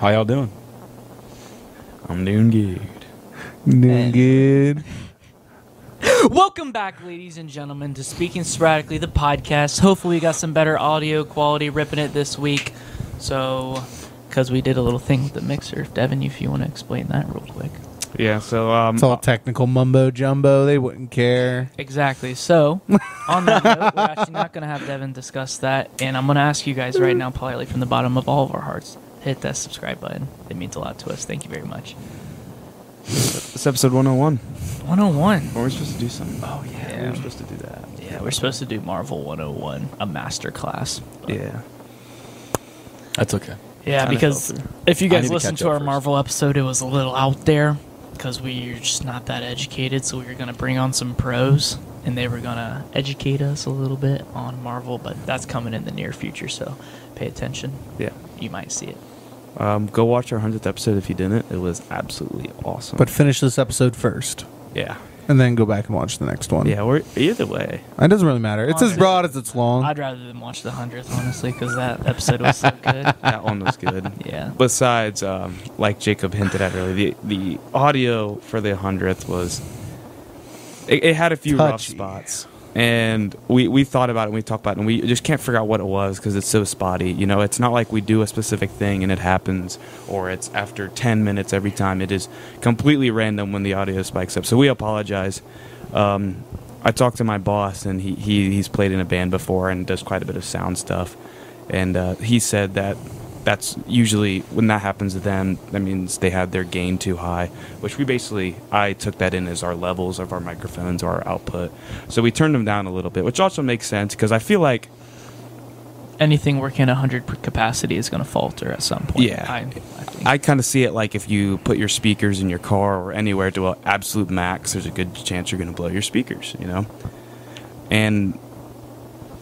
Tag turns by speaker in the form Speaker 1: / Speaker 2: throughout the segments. Speaker 1: How y'all doing?
Speaker 2: I'm doing good.
Speaker 3: Doing good.
Speaker 4: Welcome back, ladies and gentlemen, to Speaking Sporadically, the podcast. Hopefully, we got some better audio quality ripping it this week. So, because we did a little thing with the mixer. Devin, if you want to explain that real quick.
Speaker 2: Yeah, so um,
Speaker 3: It's all technical mumbo jumbo. They wouldn't care.
Speaker 4: Exactly. So, on that note, we're actually not going to have Devin discuss that. And I'm going to ask you guys right now, politely from the bottom of all of our hearts, hit that subscribe button. It means a lot to us. Thank you very much.
Speaker 2: it's episode 101.
Speaker 4: 101.
Speaker 2: Are we supposed to do something? Oh
Speaker 4: yeah.
Speaker 2: we're supposed to do that.
Speaker 4: Yeah, we're supposed to do Marvel 101, a master class.
Speaker 2: Yeah,
Speaker 1: That's okay.
Speaker 4: Yeah,
Speaker 2: Kinda
Speaker 4: because
Speaker 2: fell through.
Speaker 4: if you
Speaker 1: I need
Speaker 4: guys
Speaker 1: to
Speaker 4: listened
Speaker 1: catch
Speaker 4: to
Speaker 1: up
Speaker 4: our
Speaker 1: first.
Speaker 4: Marvel episode, it was a little out there because we are just not that educated. So we were going to bring on some pros and they were going to educate us a little bit on Marvel, but that's coming in the near future. So pay attention.
Speaker 2: yeah.
Speaker 4: You might see it.
Speaker 2: Um, go watch our hundredth episode if you didn't. It was absolutely awesome.
Speaker 3: But finish this episode first,
Speaker 2: yeah,
Speaker 3: and then go back and watch the next one.
Speaker 2: yeah. We're either way.
Speaker 3: it doesn't really matter. It's as
Speaker 4: Honestly.
Speaker 3: broad as it's long.
Speaker 4: Oh, I'd rather than watch the 100th, honestly, because that episode was so good.
Speaker 2: That one was good.
Speaker 4: Yeah.
Speaker 2: Besides, um, like Jacob hinted at earlier, the the audio for the hundredth was it, it had a few rough
Speaker 3: Touchy.
Speaker 2: spots, and we we thought about it, and we talked about it, and we just can't figure out what it was because it's so spotty. You know, it's not like we do a specific thing and it happens, or it's after ten minutes every time. It is completely random when the audio spikes up. So we apologize. Um, I talked to my boss, and he, he he's played in a band before and does quite a bit of sound stuff, and uh, he said that that's usually when that happens to them that means they had their gain too high which we basically i took that in as our levels of our microphones or our output so we turned them down a little bit which also makes sense because i feel like
Speaker 4: Anything working at 100 capacity is going to falter at some point.
Speaker 2: Yeah.
Speaker 4: I, I think.
Speaker 2: i kind of see it like if you put your speakers in your car or anywhere to an absolute max there's a good chance you're going to blow your speakers you know and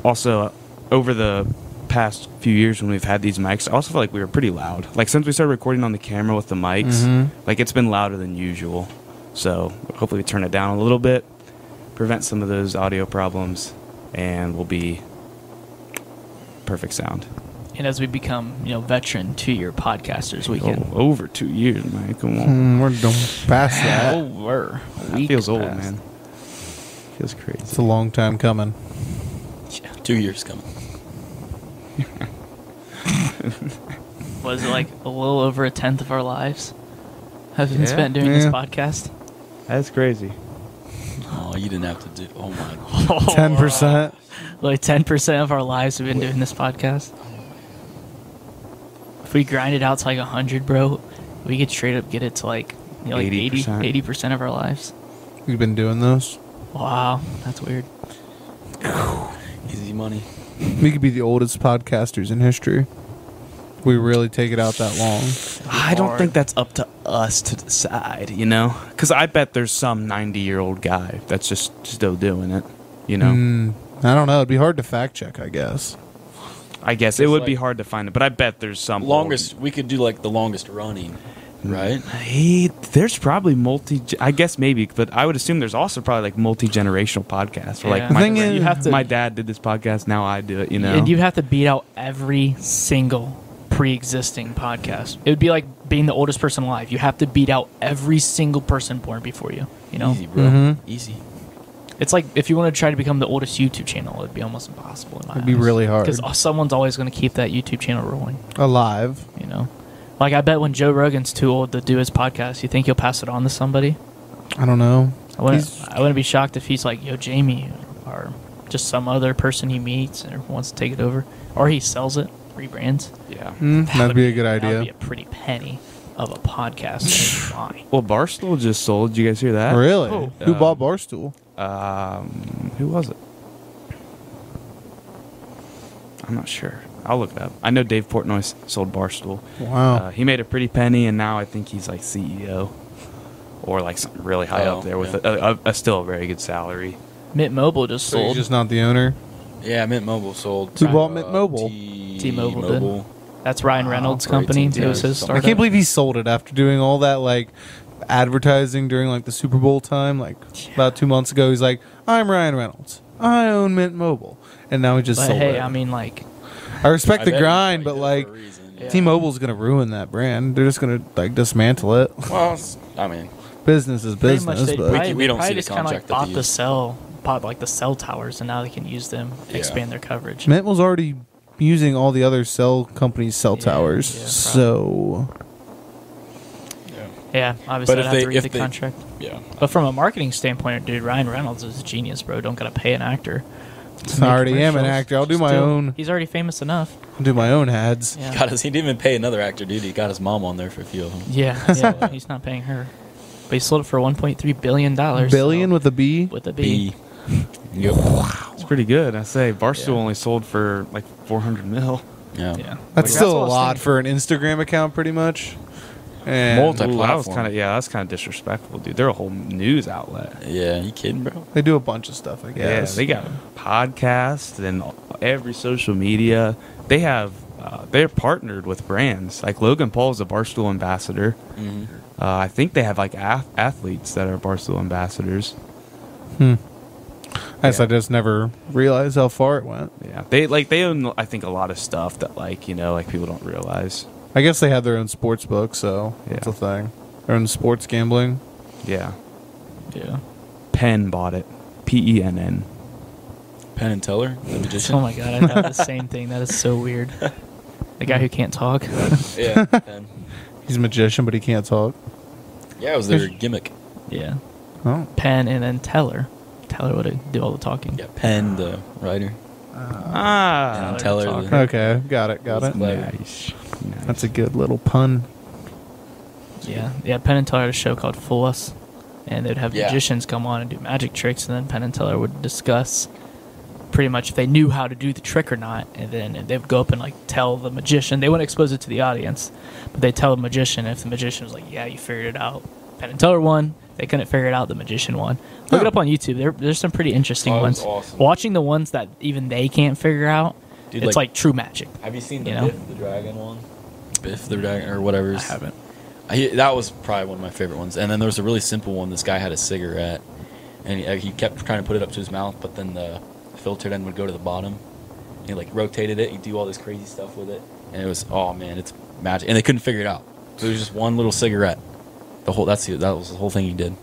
Speaker 2: also uh, over the past few years when we've had these mics i also feel like we were pretty loud like since we started recording on the camera with the mics
Speaker 3: Mhm.
Speaker 4: Mm-hmm.
Speaker 2: like it's been louder than usual so hopefully we turn it down a little bit prevent some of those audio problems and we'll be perfect sound
Speaker 4: and as we become, you know, veteran two year podcasters, we
Speaker 2: oh,
Speaker 4: can.
Speaker 2: over two years man come on
Speaker 3: Hmm, we're done past that.
Speaker 4: Over.
Speaker 2: That feels old,
Speaker 4: Oh, past.
Speaker 2: man. Feels
Speaker 3: It's a
Speaker 2: crazy.
Speaker 3: long time coming.
Speaker 4: Yeah.
Speaker 1: Two years coming.
Speaker 4: was it like a little over a tenth of our lives have been
Speaker 2: Yeah.
Speaker 4: spent doing this
Speaker 3: Yeah.
Speaker 4: podcast?
Speaker 2: That's crazy.
Speaker 1: Oh, you didn't have to do. Oh my god.
Speaker 3: Ten percent.
Speaker 4: Like ten percent of our lives have been doing this podcast. If we grind it out to like hundred, bro, we could straight up get it to like you know, like
Speaker 2: 80%.
Speaker 4: 80 percent of our lives.
Speaker 3: We've been doing those.
Speaker 4: Wow, that's weird.
Speaker 1: Easy money.
Speaker 3: We could be the oldest podcasters in history. We really take it out that long.
Speaker 2: I don't
Speaker 4: Hard.
Speaker 2: think that's up to us to decide, you know? Because I bet there's some 90 year old guy that's just still doing it, you know?
Speaker 3: Hmm, I don't know. It'd be hard to fact check. I guess.
Speaker 2: I guess it
Speaker 1: It's
Speaker 2: would be
Speaker 1: like-
Speaker 2: hard to find it, but I bet there's some. old-
Speaker 1: Longest. We could do like the longest running,
Speaker 4: Mm-hmm.
Speaker 1: right?
Speaker 2: Hey, there's probably multi. I guess maybe, but I would assume there's also probably like multi generational podcasts. Or like
Speaker 4: Yeah. The
Speaker 2: my,
Speaker 3: thing is-
Speaker 2: you have to, my dad did this podcast, now I do it, you know?
Speaker 4: And you'd have to beat out every single pre-existing podcast. It would be like being the oldest person alive. You have to beat out every single person born before you. You know,
Speaker 1: Easy, bro.
Speaker 3: Mhm.
Speaker 1: Easy.
Speaker 4: It's like if you want to try to become the oldest YouTube channel, it'd be almost impossible. In my
Speaker 3: It'd be really hard.
Speaker 4: because someone's always going to keep that YouTube channel rolling.
Speaker 3: Alive.
Speaker 4: You know, like I bet when Joe Rogan's too old to do his podcast, you think he'll pass it on to somebody?
Speaker 3: I don't know.
Speaker 4: I wouldn't.
Speaker 3: He's-
Speaker 4: I wouldn't be shocked if he's like, "Yo, Jamie," or just some other person he meets or wants to take it over, or he sells it, rebrands.
Speaker 2: yeah.
Speaker 3: Hmm,
Speaker 4: That
Speaker 3: that'd
Speaker 4: would
Speaker 3: be a good
Speaker 4: That'd
Speaker 3: idea.
Speaker 4: be a pretty penny of a podcast. Why?
Speaker 2: Well, Barstool just sold. Did you guys hear that?
Speaker 3: Really?
Speaker 4: Oh.
Speaker 3: Who
Speaker 2: Um,
Speaker 3: bought Barstool?
Speaker 2: Um, who was it? I'm not sure. I'll look it up. I know Dave Portnoy s- sold Barstool.
Speaker 3: Wow.
Speaker 2: Uh, he made a pretty penny, and now I think he's like CEO or like something really high
Speaker 1: Oh,
Speaker 2: up there with
Speaker 1: yeah.
Speaker 2: a, a, a still a very good salary.
Speaker 4: Mint Mobile just
Speaker 3: so he's
Speaker 4: sold.
Speaker 3: just not the owner.
Speaker 1: Yeah, Mint Mobile sold.
Speaker 3: Who
Speaker 1: to,
Speaker 3: bought Mint
Speaker 1: uh,
Speaker 3: Mobile?
Speaker 1: T-
Speaker 4: T-Mobile did.
Speaker 1: Mobile.
Speaker 4: That's Ryan
Speaker 1: Wow,
Speaker 4: Reynolds'
Speaker 1: for
Speaker 4: company.
Speaker 1: AT&T
Speaker 4: It was his
Speaker 1: or
Speaker 4: startup.
Speaker 3: I
Speaker 1: something.
Speaker 3: can't believe he sold it after doing all that like advertising during like the Super Bowl time, like about two months ago. He's like, "I'm Ryan Reynolds. I own Mint Mobile," and now he just
Speaker 4: But
Speaker 3: sold
Speaker 4: hey,
Speaker 3: it.
Speaker 4: I mean, like,
Speaker 3: I respect
Speaker 1: I
Speaker 3: the
Speaker 1: bet he
Speaker 3: grind,
Speaker 1: probably
Speaker 3: but
Speaker 1: did
Speaker 3: like,
Speaker 1: it for a reason. Yeah.
Speaker 3: T-Mobile's gonna ruin that brand. They're just gonna like dismantle it.
Speaker 1: Well, it's- I mean,
Speaker 3: business is
Speaker 4: Pretty much
Speaker 3: business,
Speaker 4: they
Speaker 3: but
Speaker 4: probably,
Speaker 1: We- we don't
Speaker 4: probably
Speaker 1: see the
Speaker 4: just kinda,
Speaker 1: contract that
Speaker 4: like bought
Speaker 1: they
Speaker 4: the
Speaker 1: use.
Speaker 4: cell, bought like the cell towers, and now they can use them,
Speaker 1: Yeah.
Speaker 4: expand their coverage.
Speaker 3: Mint was already using all the other cell companies' cell
Speaker 4: Yeah,
Speaker 3: towers.
Speaker 4: yeah, probably.
Speaker 3: so
Speaker 1: yeah.
Speaker 4: Yeah, obviously, I'd
Speaker 1: But if
Speaker 4: have
Speaker 1: they-
Speaker 4: to read
Speaker 1: if
Speaker 4: the
Speaker 1: they-
Speaker 4: contract.
Speaker 1: yeah.
Speaker 4: But from a marketing standpoint, dude, Ryan Reynolds is a genius, bro. Don't gotta pay an actor. to
Speaker 3: I
Speaker 4: make
Speaker 3: already am an
Speaker 4: commercials.
Speaker 3: actor. I'll do
Speaker 4: Just
Speaker 3: my
Speaker 4: it.
Speaker 3: own.
Speaker 4: He's already famous enough.
Speaker 3: I'll do my own ads.
Speaker 4: Yeah.
Speaker 1: Got his, he didn't even pay another actor, dude. He got his mom on there for a few of them.
Speaker 4: Yeah, yeah. he's not paying her, but he sold it for 1.3 billion dollars.
Speaker 3: Billion with a B.
Speaker 4: with a B.
Speaker 1: B. Yep.
Speaker 2: It's pretty good. I say Barstool
Speaker 4: Yeah.
Speaker 2: only sold for like 400 mil.
Speaker 1: Yeah.
Speaker 4: Yeah, Like,
Speaker 3: That's still
Speaker 4: what I
Speaker 3: a
Speaker 4: was
Speaker 3: lot
Speaker 4: thinking.
Speaker 3: for an Instagram account, pretty much. And
Speaker 1: Multi-
Speaker 2: Ooh, that was
Speaker 1: Multi-platform.
Speaker 2: kind of yeah, that's kind of disrespectful, dude. They're a whole news outlet.
Speaker 1: Yeah. You kidding, bro?
Speaker 3: they do a bunch of stuff, I
Speaker 2: Yeah,
Speaker 3: guess.
Speaker 2: they got podcasts and every social media. They have uh, they're partnered with brands like Logan Paul is a Barstool ambassador.
Speaker 1: Mm-hmm.
Speaker 2: Uh, I think they have like ath- athletes that are Barstool ambassadors.
Speaker 3: Hmm. I guess
Speaker 2: Yeah.
Speaker 3: I just never realized how far it went.
Speaker 2: Yeah, they like they own I think a lot of stuff that like you know like people don't realize.
Speaker 3: I guess they had their own sports book, so
Speaker 2: Yeah.
Speaker 3: that's a thing. Their own sports gambling.
Speaker 2: Yeah,
Speaker 4: Yeah.
Speaker 2: Penn bought it. P E N N.
Speaker 1: Penn and Teller, the magician.
Speaker 4: Oh my god, I thought the same thing. That is so weird. The guy who can't talk.
Speaker 1: yeah. Penn.
Speaker 3: He's a magician, but he can't talk.
Speaker 1: Yeah, it was their gimmick.
Speaker 4: yeah.
Speaker 3: Oh,
Speaker 4: Penn and then Teller. Teller would do all the talking.
Speaker 1: Yeah, Penn, the writer.
Speaker 2: Ah,
Speaker 1: and Teller, the,
Speaker 3: okay, got it, got it.
Speaker 1: It's clever.
Speaker 2: Nice. nice.
Speaker 3: That's a good little pun.
Speaker 4: Yeah. Yeah. Penn and Teller had a show called Fool Us, and they'd have
Speaker 1: Yeah.
Speaker 4: magicians come on and do magic tricks, and then Penn and Teller would discuss pretty much if they knew how to do the trick or not, and then they would go up and like tell the magician. They wouldn't expose it to the audience, but they tell the magician. If the magician was like, "Yeah, you figured it out," Penn and Teller won. They couldn't figure it out. The magician won. Look it
Speaker 3: Huh.
Speaker 4: up on YouTube. There, there's some pretty interesting
Speaker 1: Oh,
Speaker 4: ones.
Speaker 1: that's awesome.
Speaker 4: Watching the ones that even they can't figure out,
Speaker 1: Dude,
Speaker 4: it's
Speaker 1: like-
Speaker 4: like, true magic.
Speaker 1: Have you seen
Speaker 4: the
Speaker 1: the
Speaker 4: You know? Biff
Speaker 1: Biff the Dragon one? Biff the Dragon or whatever.
Speaker 4: I
Speaker 1: his-
Speaker 4: haven't.
Speaker 1: I, that was probably one of my favorite ones. And then there was a really simple one. This guy had a cigarette, and he, he kept trying to put it up to his mouth, but then the filtered end would go to the bottom. And he like rotated it. You do all this crazy stuff with it, and it was oh man, it's magic. And they couldn't figure it out. So it was just one little cigarette. The whole that's the, that was the whole thing he did.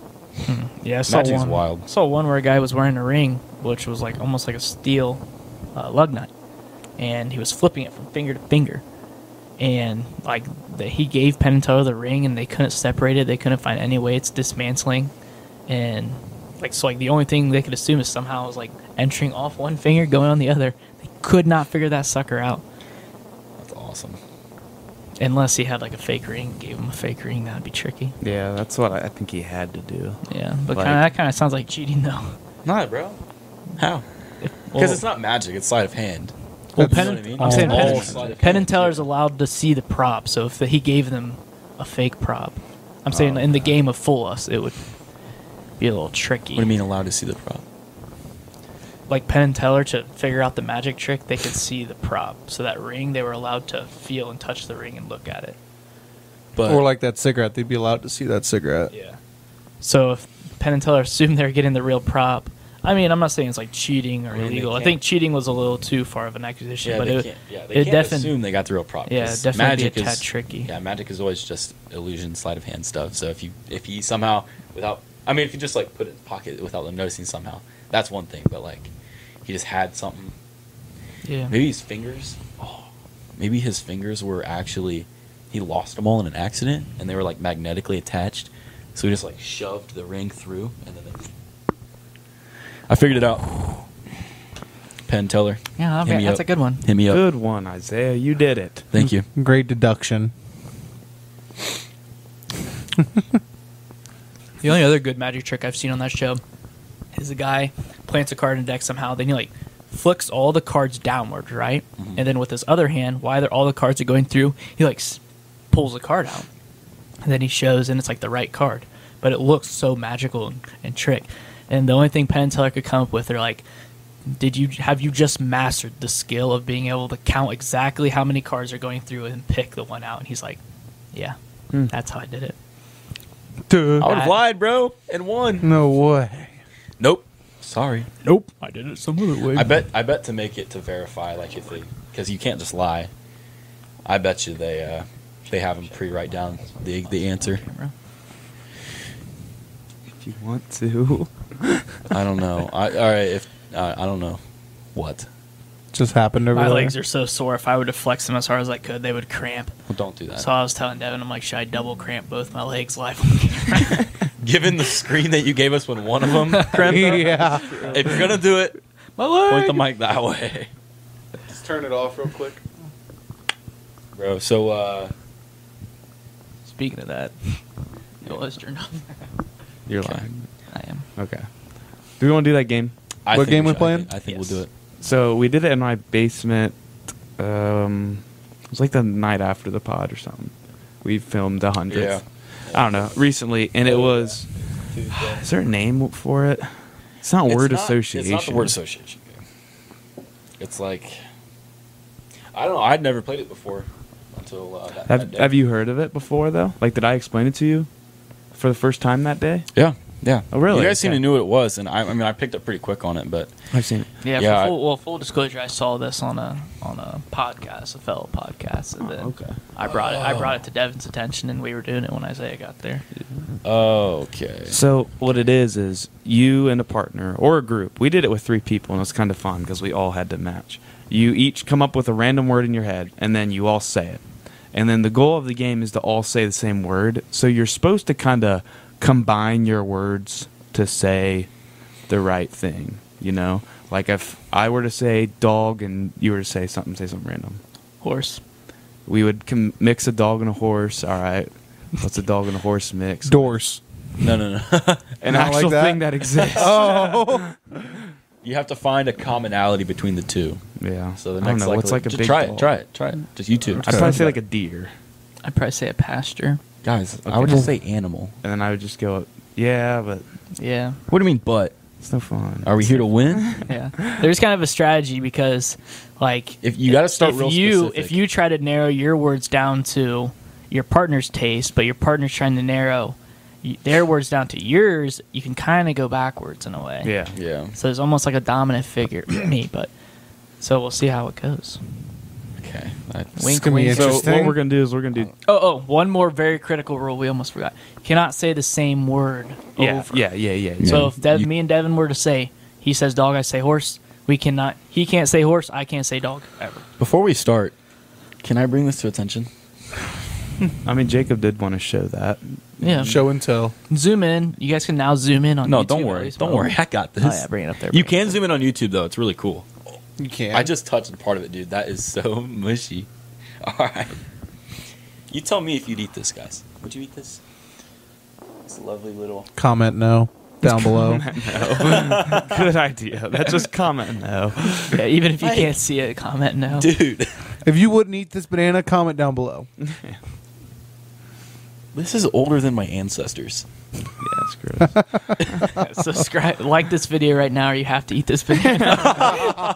Speaker 4: Yeah, I saw
Speaker 1: Magic's
Speaker 4: one.
Speaker 1: wild.
Speaker 4: I saw one where a guy was wearing a ring, which was like almost like a steel uh, lug nut, and he was flipping it from finger to finger, and like the, he gave Penn and Teller the ring, and they couldn't separate it. They couldn't find any way. It's dismantling, and like so, like the only thing they could assume is somehow it was like entering off one finger, going on the other. They could not figure that sucker out
Speaker 1: That's awesome.
Speaker 4: unless he had like a fake ring. Gave him a fake ring, that'd be tricky.
Speaker 2: Yeah, that's what I I think he had to do.
Speaker 4: Yeah, but
Speaker 2: Like-
Speaker 4: kinda, that kind of sounds like cheating though.
Speaker 1: Not bro. How? Because
Speaker 4: Well-
Speaker 1: it's not magic. It's sleight of hand.
Speaker 4: Well,
Speaker 3: That's-
Speaker 4: Penn,
Speaker 1: You know what I mean?
Speaker 4: I'm saying
Speaker 1: All
Speaker 4: Penn,
Speaker 1: sleight of
Speaker 4: Penn
Speaker 1: hand.
Speaker 4: and Teller's allowed to see the prop, so if the, he gave them a fake prop, I'm saying in the game of Fool Us, it would be a little tricky.
Speaker 1: What do you mean allowed to see the prop?
Speaker 4: Like Penn and Teller to figure out the magic trick, they could see the prop. So that ring, they were allowed to feel and touch the ring and look at it.
Speaker 1: But
Speaker 3: or like that cigarette, they'd be allowed to see that cigarette.
Speaker 4: Yeah. So if Penn and Teller assumed they were getting the real prop, I mean, I'm not saying it's like cheating or
Speaker 1: mean, they
Speaker 4: illegal. I
Speaker 1: can't-
Speaker 4: think cheating was a little too far of an accusation,
Speaker 1: Yeah,
Speaker 4: but
Speaker 1: they
Speaker 4: it,
Speaker 1: can't, yeah, they
Speaker 4: it
Speaker 1: can't
Speaker 4: defin-
Speaker 1: assume they got the real prop.
Speaker 4: Yeah,
Speaker 1: 'cause
Speaker 4: it'd definitely be a
Speaker 1: is-
Speaker 4: tad tricky.
Speaker 1: Yeah, magic is always just illusion, sleight of hand stuff. So if you if he somehow without, I mean, if you just like put it in the pocket without them noticing somehow, that's one thing. But like, he just had something.
Speaker 4: yeah.
Speaker 1: Maybe his fingers. Oh, maybe his fingers were actually he lost them all in an accident, and they were like magnetically attached. So he just like shoved the ring through, and then. They, I figured it out. Penn Teller.
Speaker 4: Yeah,
Speaker 1: Hit me
Speaker 4: that's
Speaker 1: up.
Speaker 4: a good one.
Speaker 1: Hit me up.
Speaker 2: Good one, Isaiah. You did it.
Speaker 1: Thank you.
Speaker 3: Great deduction.
Speaker 4: The only other good magic trick I've seen on that show is a guy plants a card in a deck somehow, then he like flicks all the cards downward, right? And then with his other hand, while all the cards are going through, he like s- pulls a card out, and then he shows, and it's like the right card, but it looks so magical and, and trick. And the only thing Penn and Teller could come up with are like, did you have you just mastered the skill of being able to count exactly how many cards are going through and pick the one out? And he's like, yeah, that's how I did it.
Speaker 1: I would
Speaker 4: I-
Speaker 1: have lied, bro, and won.
Speaker 3: No way.
Speaker 1: Nope. Sorry.
Speaker 4: Nope, I did it some other way.
Speaker 1: I bet. I bet to make it to verify, like if they, because you can't just lie. I bet you they uh, they have them pre-write down the the answer.
Speaker 2: If you want to.
Speaker 1: I don't know. I, all right, if uh, I don't know what.
Speaker 3: Just happened over
Speaker 4: My
Speaker 3: there.
Speaker 4: legs are so sore. If I were to flex them as hard as I could, they would cramp.
Speaker 1: Well, don't do that.
Speaker 4: So I was telling Devin, I'm like, should I double cramp both my legs live on camera?
Speaker 1: Given the screen that you gave us when one of them cramped up,
Speaker 3: yeah.
Speaker 1: if you're gonna do it,
Speaker 4: my leg.
Speaker 1: point the mic that way,
Speaker 3: Just turn it off real quick.
Speaker 1: bro. So uh,
Speaker 4: Speaking of that, your lights turned on.
Speaker 2: You're
Speaker 1: Okay.
Speaker 2: lying.
Speaker 4: I am.
Speaker 2: Okay. Do we want to do that game?
Speaker 1: I
Speaker 3: What
Speaker 1: think
Speaker 3: game
Speaker 1: we
Speaker 3: we
Speaker 1: should-
Speaker 3: playing?
Speaker 1: I think, I think
Speaker 4: Yes.
Speaker 1: we'll do it.
Speaker 2: So we did it in my basement. Um, it was like the night after the pod or something. We filmed the hundredth. I don't know. Recently, and it was. Is there a name for it? It's not
Speaker 1: It's
Speaker 2: word
Speaker 1: not-
Speaker 2: association.
Speaker 1: It's not the word association game. It's like I don't know. I'd never played it before until uh, that, that
Speaker 2: Have,
Speaker 1: day.
Speaker 2: have you heard of it before though? Like, did I explain it to you for the first time that day?
Speaker 1: Yeah, yeah.
Speaker 2: Oh, really?
Speaker 1: You guys seem
Speaker 2: Okay.
Speaker 1: to knew what it was, and I, I mean, I picked up pretty quick on it, but
Speaker 2: I've seen it.
Speaker 4: Yeah.
Speaker 1: Yeah,
Speaker 4: for
Speaker 1: I-
Speaker 4: full, well, full disclosure, I saw this on a on a podcast, a fellow podcast, and
Speaker 2: Oh,
Speaker 4: then
Speaker 2: okay.
Speaker 4: I brought it. I brought
Speaker 1: Oh.
Speaker 4: it to Devin's attention, and we were doing it when Isaiah got there.
Speaker 1: okay.
Speaker 2: So what it is is you and a partner or a group. We did it with three people and it was kind of fun because we all had to match. You each come up with a random word in your head and then you all say it. And then the goal of the game is to all say the same word. So you're supposed to kind of combine your words to say the right thing, you know? Like if I were to say dog and you were to say something, say something random.
Speaker 4: Horse.
Speaker 2: We would com- mix a dog and a horse, all right? What's a dog and a horse mix?
Speaker 3: Doors.
Speaker 1: No, no, no.
Speaker 2: An
Speaker 3: Not like
Speaker 2: actual
Speaker 3: that?
Speaker 2: thing that exists.
Speaker 3: Oh.
Speaker 1: you have to find a commonality between the two.
Speaker 2: Yeah.
Speaker 1: So the
Speaker 2: I don't
Speaker 1: next,
Speaker 2: know. What's like a
Speaker 1: just
Speaker 2: big
Speaker 1: try
Speaker 2: dog?
Speaker 1: it, try it, try it. Just you two,
Speaker 2: I'd probably say like a deer,
Speaker 4: I'd probably say a pasture.
Speaker 1: guys. I
Speaker 2: Okay.
Speaker 1: would just say animal.
Speaker 2: and then I would just go, yeah, but
Speaker 4: Yeah.
Speaker 1: What do you mean, but?
Speaker 2: it's no fun.
Speaker 1: Are we here to win?
Speaker 4: Yeah. There's kind of a strategy because, like,
Speaker 1: If you got to start
Speaker 4: if
Speaker 1: real
Speaker 4: you
Speaker 1: specific.
Speaker 4: if you try to narrow your words down to your partner's taste, but your partner's trying to narrow y- their words down to yours, you can kind of go backwards in a way.
Speaker 2: Yeah.
Speaker 1: yeah,
Speaker 4: So it's almost like a dominant figure me, but so we'll see how it goes.
Speaker 1: okay. That's-
Speaker 4: Wink,
Speaker 3: gonna be
Speaker 4: wink.
Speaker 2: So what
Speaker 3: Interesting.
Speaker 2: we're gonna do is we're gonna do.
Speaker 4: Oh, oh, one more very critical rule we almost forgot. Cannot say the same word
Speaker 2: Oh, Yeah,
Speaker 4: over.
Speaker 2: yeah, yeah, yeah, yeah.
Speaker 4: So if Dev,
Speaker 1: You-
Speaker 4: me and Devin were to say, he says dog, I say horse. We cannot. He can't say horse. I can't say dog ever.
Speaker 1: Before we start, can I bring this to attention?
Speaker 2: I mean, Jacob did want to show that.
Speaker 4: Yeah.
Speaker 3: Show and tell.
Speaker 4: Zoom in. You guys can now zoom in on.
Speaker 1: No,
Speaker 4: YouTube
Speaker 1: don't
Speaker 4: at
Speaker 1: worry.
Speaker 4: least.
Speaker 1: Don't worry. I got this.
Speaker 4: Oh, yeah, bring it up there.
Speaker 1: You
Speaker 4: Bring it
Speaker 1: can zoom in on YouTube though. It's really cool.
Speaker 3: You can't.
Speaker 1: I just touched part of it, dude. That is so mushy. All right. You tell me if you'd eat this, guys. Would you eat this? It's a lovely little.
Speaker 3: comment no down below.
Speaker 2: Good idea. That's just comment. No.
Speaker 4: up. Yeah, even if you
Speaker 1: Hey.
Speaker 4: can't see it, comment no.
Speaker 1: Dude,
Speaker 3: if you wouldn't eat this banana, comment down below.
Speaker 1: this is older than my ancestors.
Speaker 2: Yeah, that's gross.
Speaker 4: Subscribe, like this video right now, or you have to eat this banana.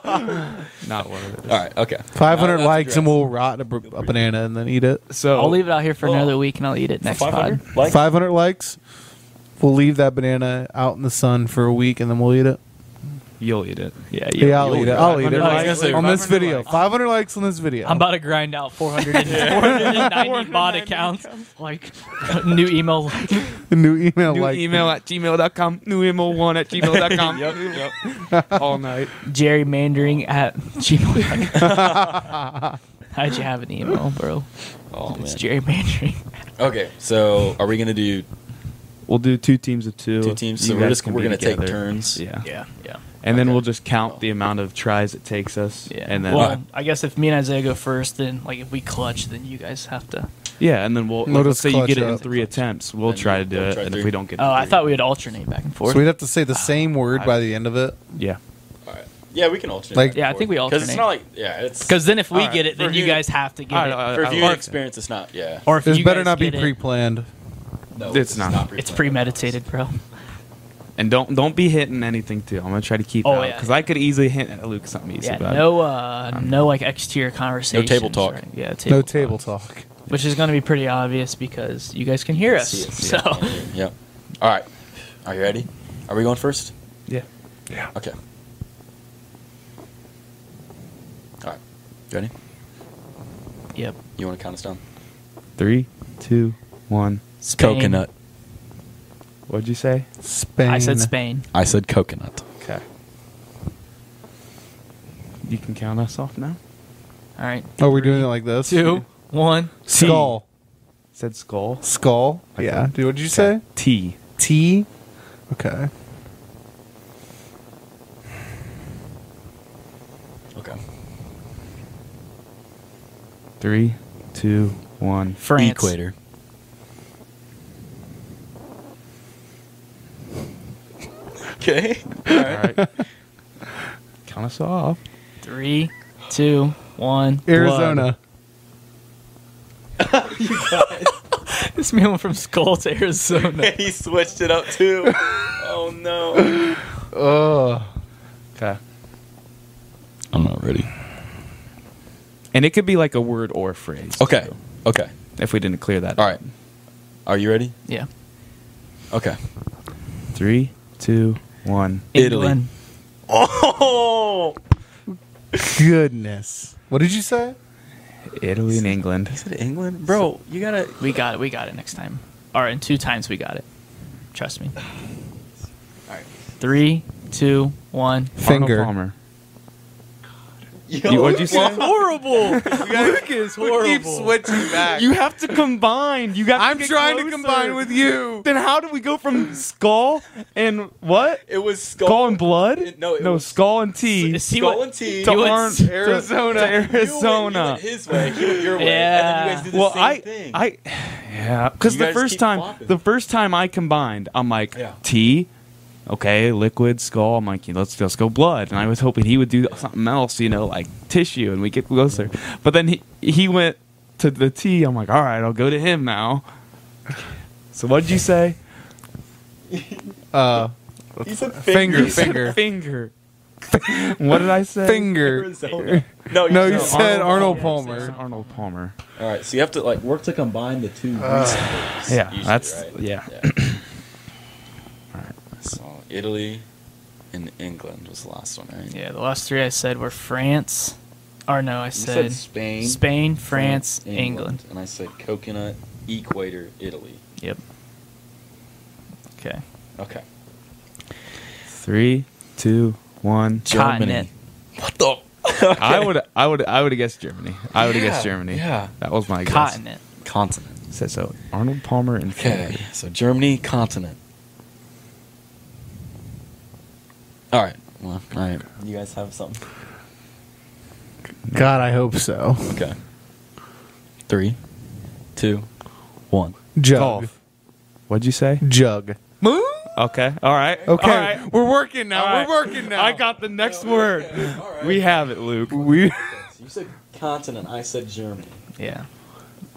Speaker 2: Not one of those.
Speaker 1: All right, okay.
Speaker 3: Five
Speaker 1: Now
Speaker 3: hundred
Speaker 1: that's
Speaker 3: likes and
Speaker 1: addressed.
Speaker 3: we'll rot a, br- a banana and then eat it.
Speaker 2: So
Speaker 4: I'll leave it out here for
Speaker 1: Oh. Well,
Speaker 4: another week, and I'll eat it next pod.
Speaker 1: 500? Like,
Speaker 3: Five hundred likes. We'll leave that banana out in the sun for a week and then we'll eat it.
Speaker 2: You'll eat it. Yeah.
Speaker 3: Yeah, I'll
Speaker 1: you'll
Speaker 3: eat
Speaker 1: eat
Speaker 3: it.
Speaker 1: it.
Speaker 3: I'll eat it
Speaker 2: 500
Speaker 1: likes.
Speaker 3: on this
Speaker 2: 500
Speaker 3: video.
Speaker 2: likes.
Speaker 3: Five hundred likes on this video.
Speaker 4: I'm about to grind out 400 and 490 bot accounts, like new email. Like,
Speaker 3: the new email
Speaker 2: New
Speaker 3: like
Speaker 2: email at gmail.com. New email one at gmail.com. yep, yep. All night.
Speaker 4: gerrymandering at gmail. How'd you have an email, bro?
Speaker 1: oh
Speaker 4: It's
Speaker 1: man.
Speaker 4: gerrymandering.
Speaker 1: Okay, so are we gonna do
Speaker 2: We'll do two teams of two.
Speaker 1: two teams?
Speaker 2: You
Speaker 1: So we're
Speaker 2: guys
Speaker 1: just
Speaker 2: can
Speaker 1: we're
Speaker 2: be
Speaker 1: gonna take
Speaker 2: together.
Speaker 1: turns.
Speaker 2: Yeah.
Speaker 4: Yeah, yeah,
Speaker 2: And then we'll just count the amount of tries it takes us.
Speaker 4: yeah.
Speaker 2: And then
Speaker 4: well,
Speaker 1: Alright.
Speaker 4: I guess if me and Isaiah go first, then like if we clutch, then you guys have to.
Speaker 2: yeah, and then we'll,
Speaker 3: We'll
Speaker 2: let's
Speaker 3: just
Speaker 2: say you
Speaker 3: clutch
Speaker 2: get it in
Speaker 3: up.
Speaker 2: three attempts. We'll
Speaker 1: Then
Speaker 2: try to
Speaker 1: we'll
Speaker 2: do it,
Speaker 1: try
Speaker 2: and
Speaker 1: three.
Speaker 2: if we don't get,
Speaker 4: Oh, I
Speaker 2: three-
Speaker 4: thought we would alternate back and forth.
Speaker 3: So we'd have to say the same
Speaker 4: Ah,
Speaker 3: word by the end of it.
Speaker 2: yeah.
Speaker 1: All right. uh, Yeah, we can alternate.
Speaker 3: Like-
Speaker 1: back and
Speaker 4: Yeah, I think we
Speaker 1: forth. 'Cause it's
Speaker 4: alternate. uh,
Speaker 1: not like yeah, it's
Speaker 4: Because then if we
Speaker 2: Alright,
Speaker 4: get it, then
Speaker 1: for
Speaker 4: you
Speaker 1: you-
Speaker 4: guys have to get
Speaker 2: Alright,
Speaker 4: it.
Speaker 2: alright,
Speaker 1: for
Speaker 2: I- I
Speaker 1: viewing
Speaker 2: like-
Speaker 1: experience. It's not yeah.
Speaker 4: or if
Speaker 3: This
Speaker 4: you
Speaker 3: better
Speaker 4: guys
Speaker 3: not be
Speaker 4: get it,
Speaker 3: pre-planned.
Speaker 1: No,
Speaker 2: It's not.
Speaker 4: It's premeditated, bro.
Speaker 2: And don't don't be hitting anything too. I'm gonna try to keep
Speaker 4: Oh,
Speaker 2: out
Speaker 4: yeah.
Speaker 2: because I could easily hint at Luke something easy.
Speaker 4: Yeah,
Speaker 2: about
Speaker 4: no, uh, no, like exterior conversation.
Speaker 1: talk.
Speaker 4: Yeah,
Speaker 3: No
Speaker 4: table
Speaker 3: table talk.
Speaker 4: talk, which is going to be pretty obvious because you guys can hear us.
Speaker 1: See it, see
Speaker 4: So,
Speaker 1: it. Yep. All right. Are you ready? Are we going first?
Speaker 2: It. Yeah.
Speaker 1: Okay. All right. You Ready?
Speaker 4: Yep.
Speaker 1: You want to count us down?
Speaker 2: Three, two, one.
Speaker 4: Spain.
Speaker 1: Coconut.
Speaker 2: What'd you say?
Speaker 3: Spain.
Speaker 4: I said Spain.
Speaker 1: I said coconut.
Speaker 2: Okay. You can count us off now.
Speaker 4: All right.
Speaker 3: Are we Oh, doing it like this?
Speaker 4: Two, one.
Speaker 3: Skull.
Speaker 2: Said skull.
Speaker 3: Skull.
Speaker 2: Like
Speaker 3: yeah.
Speaker 2: that.
Speaker 3: Dude, what did you say?
Speaker 2: T.
Speaker 3: T. Okay.
Speaker 1: Okay.
Speaker 2: Three, two, one.
Speaker 4: France.
Speaker 1: Equator. Okay.
Speaker 2: All right. count us off.
Speaker 4: Three, two, one.
Speaker 3: Arizona.
Speaker 4: This man went from Skull to Arizona.
Speaker 1: he switched it up too. Oh no.
Speaker 3: Ugh.
Speaker 2: Okay.
Speaker 1: I'm not ready.
Speaker 2: And it could be like a word or a phrase.
Speaker 1: Okay.
Speaker 2: too,
Speaker 1: Okay.
Speaker 2: If we didn't clear that.
Speaker 1: All
Speaker 2: up.
Speaker 1: right. Are you ready?
Speaker 4: yeah.
Speaker 1: Okay.
Speaker 2: Three, two, one.
Speaker 1: Italy.
Speaker 4: England.
Speaker 1: Oh.
Speaker 3: Goodness. What did you say?
Speaker 2: Italy and England.
Speaker 1: Is it England, bro? You gotta.
Speaker 4: We got it. We got it next time. All right. Two times we got it. Trust me.
Speaker 1: All right.
Speaker 4: Three, two, one.
Speaker 3: Finger.
Speaker 2: Arnold Palmer.
Speaker 1: Yo,
Speaker 2: You- what'd you say?
Speaker 1: Horrible.
Speaker 3: Luke is horrible. Keep switching back.
Speaker 2: You have to combine. You got.
Speaker 3: I'm trying to combine with you.
Speaker 2: Then how do we go from skull and what?
Speaker 1: It was skull,
Speaker 2: Skull and blood?
Speaker 1: It- no, it
Speaker 2: no,
Speaker 1: was-
Speaker 2: skull and tea.
Speaker 4: See
Speaker 1: Skull
Speaker 4: what-
Speaker 1: and tea.
Speaker 2: to
Speaker 4: you went
Speaker 2: Ar-
Speaker 4: s-
Speaker 2: to-
Speaker 3: Arizona.
Speaker 2: to
Speaker 3: You went-
Speaker 1: You went- you went
Speaker 2: Arizona.
Speaker 1: his way. He went your way. And then you guys did the
Speaker 2: Well,
Speaker 1: same
Speaker 2: I,
Speaker 1: thing.
Speaker 2: I, yeah, because
Speaker 1: You
Speaker 2: the
Speaker 1: guys
Speaker 2: first
Speaker 1: keep
Speaker 2: time,
Speaker 1: flopping.
Speaker 2: the first time I combined, I'm like
Speaker 1: Yeah.
Speaker 2: tea, okay, liquid skull. I'm like, let's let's go blood, and I was hoping he would do something else, you know, like tissue, and we get closer. But then he he went to the tea. I'm like, all right, I'll go to him now. So what did you say?
Speaker 3: Uh,
Speaker 1: He said
Speaker 3: finger,
Speaker 1: fingers.
Speaker 3: finger,
Speaker 2: Finger. what did I say?
Speaker 3: finger.
Speaker 1: Arizona. No,
Speaker 3: No,
Speaker 1: Oh, you
Speaker 3: you
Speaker 1: said-
Speaker 3: said Arnold
Speaker 2: I said
Speaker 3: Palmer.
Speaker 2: Arnold Palmer.
Speaker 1: All right, so you have to like work to combine the two. recent words,
Speaker 2: yeah,
Speaker 1: usually,
Speaker 2: that's-
Speaker 1: right?
Speaker 2: yeah.
Speaker 1: So Italy and England was the last one, right?
Speaker 4: Yeah. The last three I said were France. Or no, I
Speaker 1: You
Speaker 4: said,
Speaker 1: Spain,
Speaker 4: Spain, France, England.
Speaker 1: and I said coconut, equator, Italy.
Speaker 4: Yep. Okay.
Speaker 1: Okay.
Speaker 2: Three, two, one.
Speaker 4: Continent.
Speaker 1: What the?
Speaker 2: I would, I would, I would have guessed Germany. I would have guessed
Speaker 1: Yeah,
Speaker 2: Germany.
Speaker 1: yeah.
Speaker 2: that was my guess.
Speaker 4: Continent.
Speaker 1: Continent.
Speaker 2: So, so Arnold Palmer and
Speaker 1: Okay,
Speaker 2: Finland.
Speaker 1: so Germany, continent. All right. Well, all right. You guys have something.
Speaker 3: God, I hope so.
Speaker 1: Okay. Three, two, one.
Speaker 3: Jug.
Speaker 2: Golf. What'd you say?
Speaker 3: Jug. Moo?
Speaker 2: Okay, all right,
Speaker 3: Okay,
Speaker 2: all right.
Speaker 3: we're working now.
Speaker 2: All right.
Speaker 3: We're working now.
Speaker 2: I got the next word. We have it, Luke.
Speaker 3: We.
Speaker 1: You said continent. I said Germany.
Speaker 4: Yeah.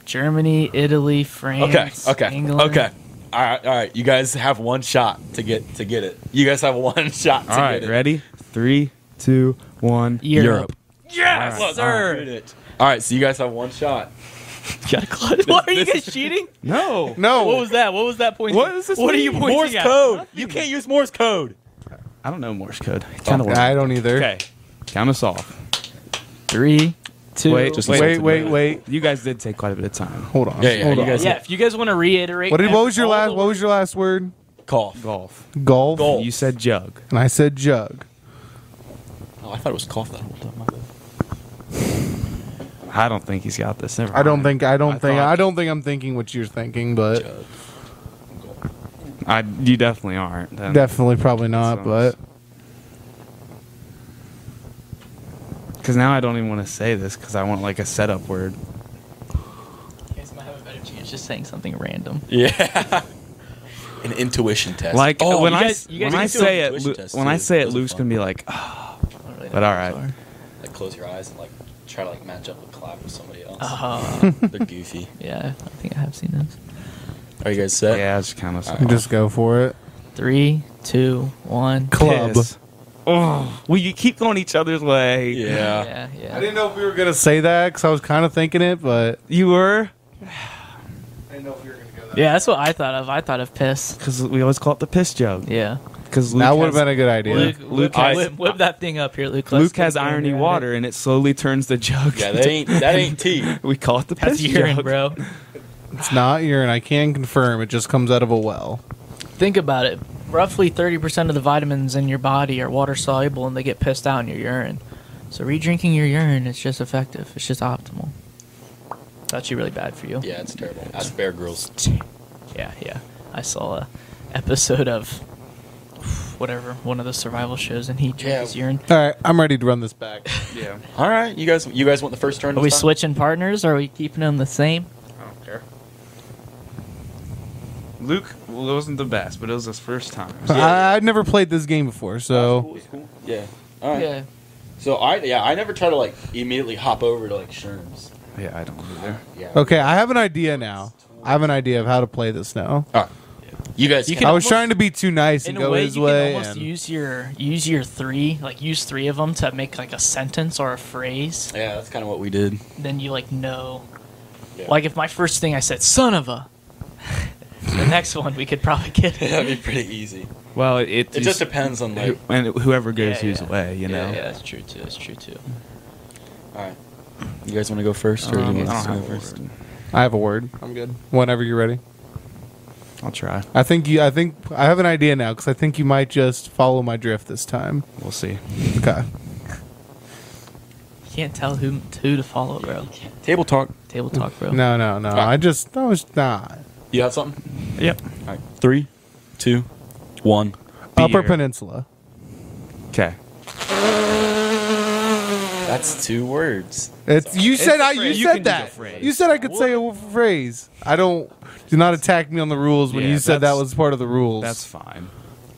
Speaker 4: Germany, Italy, France.
Speaker 1: okay. Okay.
Speaker 4: England.
Speaker 1: Okay. All right. All right. You guys have one shot to get to get it. You guys have one shot to
Speaker 2: All
Speaker 1: get
Speaker 2: right,
Speaker 1: it.
Speaker 2: ready? Three, two, one.
Speaker 4: Europe.
Speaker 1: Yes,
Speaker 2: All right.
Speaker 1: sir. All right. so you guys have one shot.
Speaker 4: what are you guys cheating?
Speaker 2: No,
Speaker 1: Oh.
Speaker 3: No.
Speaker 4: What was that? What was that point?
Speaker 2: What does this
Speaker 4: What are
Speaker 2: mean?
Speaker 4: you pointing
Speaker 1: Morse
Speaker 4: at?
Speaker 1: code. You can't use Morse code.
Speaker 2: I don't know Morse code. Kind of
Speaker 3: I don't either.
Speaker 2: okay. Count us off.
Speaker 4: Three, two.
Speaker 2: Wait, just-
Speaker 3: Wait, wait, wait,
Speaker 2: You guys did take quite a bit of time.
Speaker 3: Hold on.
Speaker 1: Yeah, yeah,
Speaker 3: Hold
Speaker 1: you
Speaker 3: on.
Speaker 1: guys-
Speaker 4: yeah, if you guys want to reiterate,
Speaker 3: what, did, what was your
Speaker 4: all
Speaker 3: last?
Speaker 4: the
Speaker 3: What was your last word?
Speaker 1: Cough.
Speaker 2: Golf.
Speaker 3: Golf.
Speaker 1: Golf.
Speaker 2: You said jug.
Speaker 3: And I said jug.
Speaker 1: Oh, I thought it was cough that whole time. My bad.
Speaker 2: I don't think he's got this. Never
Speaker 3: I don't
Speaker 2: mind.
Speaker 3: think. I don't
Speaker 2: I
Speaker 3: think.
Speaker 2: thought-
Speaker 3: I don't think I'm thinking what you're thinking, but
Speaker 2: Uh,
Speaker 1: Jug.
Speaker 2: I, you definitely aren't. then.
Speaker 3: definitely probably not.
Speaker 2: Sounds-
Speaker 3: But
Speaker 2: Because now I don't even want to say this because I want like a setup word.
Speaker 4: You guys might have a better chance just saying something random.
Speaker 1: Yeah. An intuition test.
Speaker 2: Like
Speaker 1: oh,
Speaker 2: when
Speaker 1: you
Speaker 2: I
Speaker 1: guys- you guys
Speaker 2: when I
Speaker 1: can do an
Speaker 2: say it,
Speaker 1: intuition
Speaker 2: Lu-
Speaker 1: test,
Speaker 2: when
Speaker 1: too.
Speaker 2: I say it,
Speaker 1: Those are
Speaker 2: Luke's
Speaker 1: fun.
Speaker 2: gonna be like, "Ah,
Speaker 4: I don't really know
Speaker 2: But
Speaker 4: what
Speaker 2: all right.
Speaker 4: those
Speaker 1: like close your eyes and like try to like match up a clap with somebody else.
Speaker 4: are.
Speaker 2: Uh-huh.
Speaker 4: Uh,
Speaker 1: They're goofy.
Speaker 4: yeah, I think I have seen those.
Speaker 1: Are you guys set?
Speaker 2: yeah, it's kind of
Speaker 3: just go for it.
Speaker 4: Three, two, one.
Speaker 3: Club.
Speaker 2: Oh, well, you keep going each other's way.
Speaker 1: Yeah.
Speaker 4: Yeah,
Speaker 3: I
Speaker 4: yeah.
Speaker 3: didn't know if we were gonna say that because I was kind of thinking it, but
Speaker 2: You were
Speaker 3: I didn't know if we were gonna go that.
Speaker 4: Yeah, that's what I thought of. I thought of piss.
Speaker 2: because we always call it the piss jug.
Speaker 4: Yeah.
Speaker 2: because Luke
Speaker 3: that would have
Speaker 2: has-
Speaker 3: been a good idea.
Speaker 4: Luke,
Speaker 2: Luke
Speaker 4: Luke whip,
Speaker 2: has-
Speaker 4: whip, whip that thing up here, Luke. Let's
Speaker 2: Luke
Speaker 4: get
Speaker 2: has
Speaker 4: the
Speaker 2: irony
Speaker 4: at it.
Speaker 2: water, and it slowly turns the jug.
Speaker 1: Yeah, that
Speaker 2: into-
Speaker 1: ain't that ain't tea.
Speaker 2: we call it the
Speaker 4: That's
Speaker 2: piss
Speaker 4: urine,
Speaker 2: jug.
Speaker 4: bro.
Speaker 3: It's not urine. I can confirm. It just comes out of a well.
Speaker 4: Think about it. Roughly 30% of the vitamins in your body are water soluble, and they get pissed out in your urine. So re-drinking your urine is just effective. It's just optimal. It's actually really bad for you.
Speaker 1: Yeah, it's terrible. That's Bear Grylls.
Speaker 4: Yeah, yeah. I saw a episode of whatever one of the survival shows, and he drank
Speaker 1: Yeah.
Speaker 4: his urine.
Speaker 3: All right, I'm ready to run this back.
Speaker 2: Yeah,
Speaker 1: All right, you guys, you guys want the first turn?
Speaker 4: Are we
Speaker 1: this time?
Speaker 4: switching partners? Or are we keeping them the same?
Speaker 2: I don't care. Luke well, it wasn't the best, but it was his first time.
Speaker 3: I, I'd never played this game before, so
Speaker 1: It's cool, it's cool. yeah. All right. So I yeah I never try to like immediately hop over to like Sherms.
Speaker 2: Yeah, I don't either.
Speaker 1: Yeah.
Speaker 3: okay. I have an idea now. I have an idea of how to play this now.
Speaker 1: All right. You guys,
Speaker 4: You
Speaker 1: can.
Speaker 4: can-
Speaker 3: I was
Speaker 4: almost-
Speaker 3: trying to be too nice
Speaker 4: In
Speaker 3: and
Speaker 4: a
Speaker 3: go
Speaker 4: way,
Speaker 3: his
Speaker 4: you
Speaker 3: way.
Speaker 4: can almost
Speaker 3: and-
Speaker 4: use your use your three, like use three of them to make like a sentence or a phrase.
Speaker 1: yeah, that's kind of what we did.
Speaker 4: Then you like know,
Speaker 1: Yeah.
Speaker 4: like if my first thing I said "son of a," the next one we could probably get.
Speaker 1: that'd be pretty easy.
Speaker 2: Well, it it,
Speaker 1: It just depends on like.
Speaker 2: and whoever goes
Speaker 4: Yeah,
Speaker 2: whose
Speaker 4: yeah.
Speaker 2: way, you know.
Speaker 4: Yeah, yeah, that's true too. That's true too.
Speaker 1: All right. You guys want to go first, or
Speaker 2: Um, I
Speaker 1: do you
Speaker 2: don't
Speaker 1: want us to go
Speaker 2: have a
Speaker 1: first?
Speaker 2: word.
Speaker 3: I have a word. I'm good. Whenever you're ready.
Speaker 2: I'll try.
Speaker 3: I think you. I think I have an idea now because I think you might just follow my drift this time.
Speaker 2: We'll see.
Speaker 3: Okay.
Speaker 4: You can't tell who who to follow, bro.
Speaker 1: Table talk.
Speaker 4: Table talk, bro.
Speaker 3: No, no, no. I just. I was not.
Speaker 1: You have something?
Speaker 2: Yep.
Speaker 1: All right. Three, two, one.
Speaker 3: Upper
Speaker 2: Beer.
Speaker 3: Peninsula.
Speaker 2: Okay.
Speaker 1: That's two words.
Speaker 3: It's you said I you
Speaker 2: phrase. You
Speaker 3: said
Speaker 2: can do the
Speaker 3: that
Speaker 2: phrase.
Speaker 3: you said I could say a w- phrase. I don't do not attack me on the rules when
Speaker 2: Yeah,
Speaker 3: you said that
Speaker 2: that's-
Speaker 3: was part of the rules.
Speaker 2: That's fine.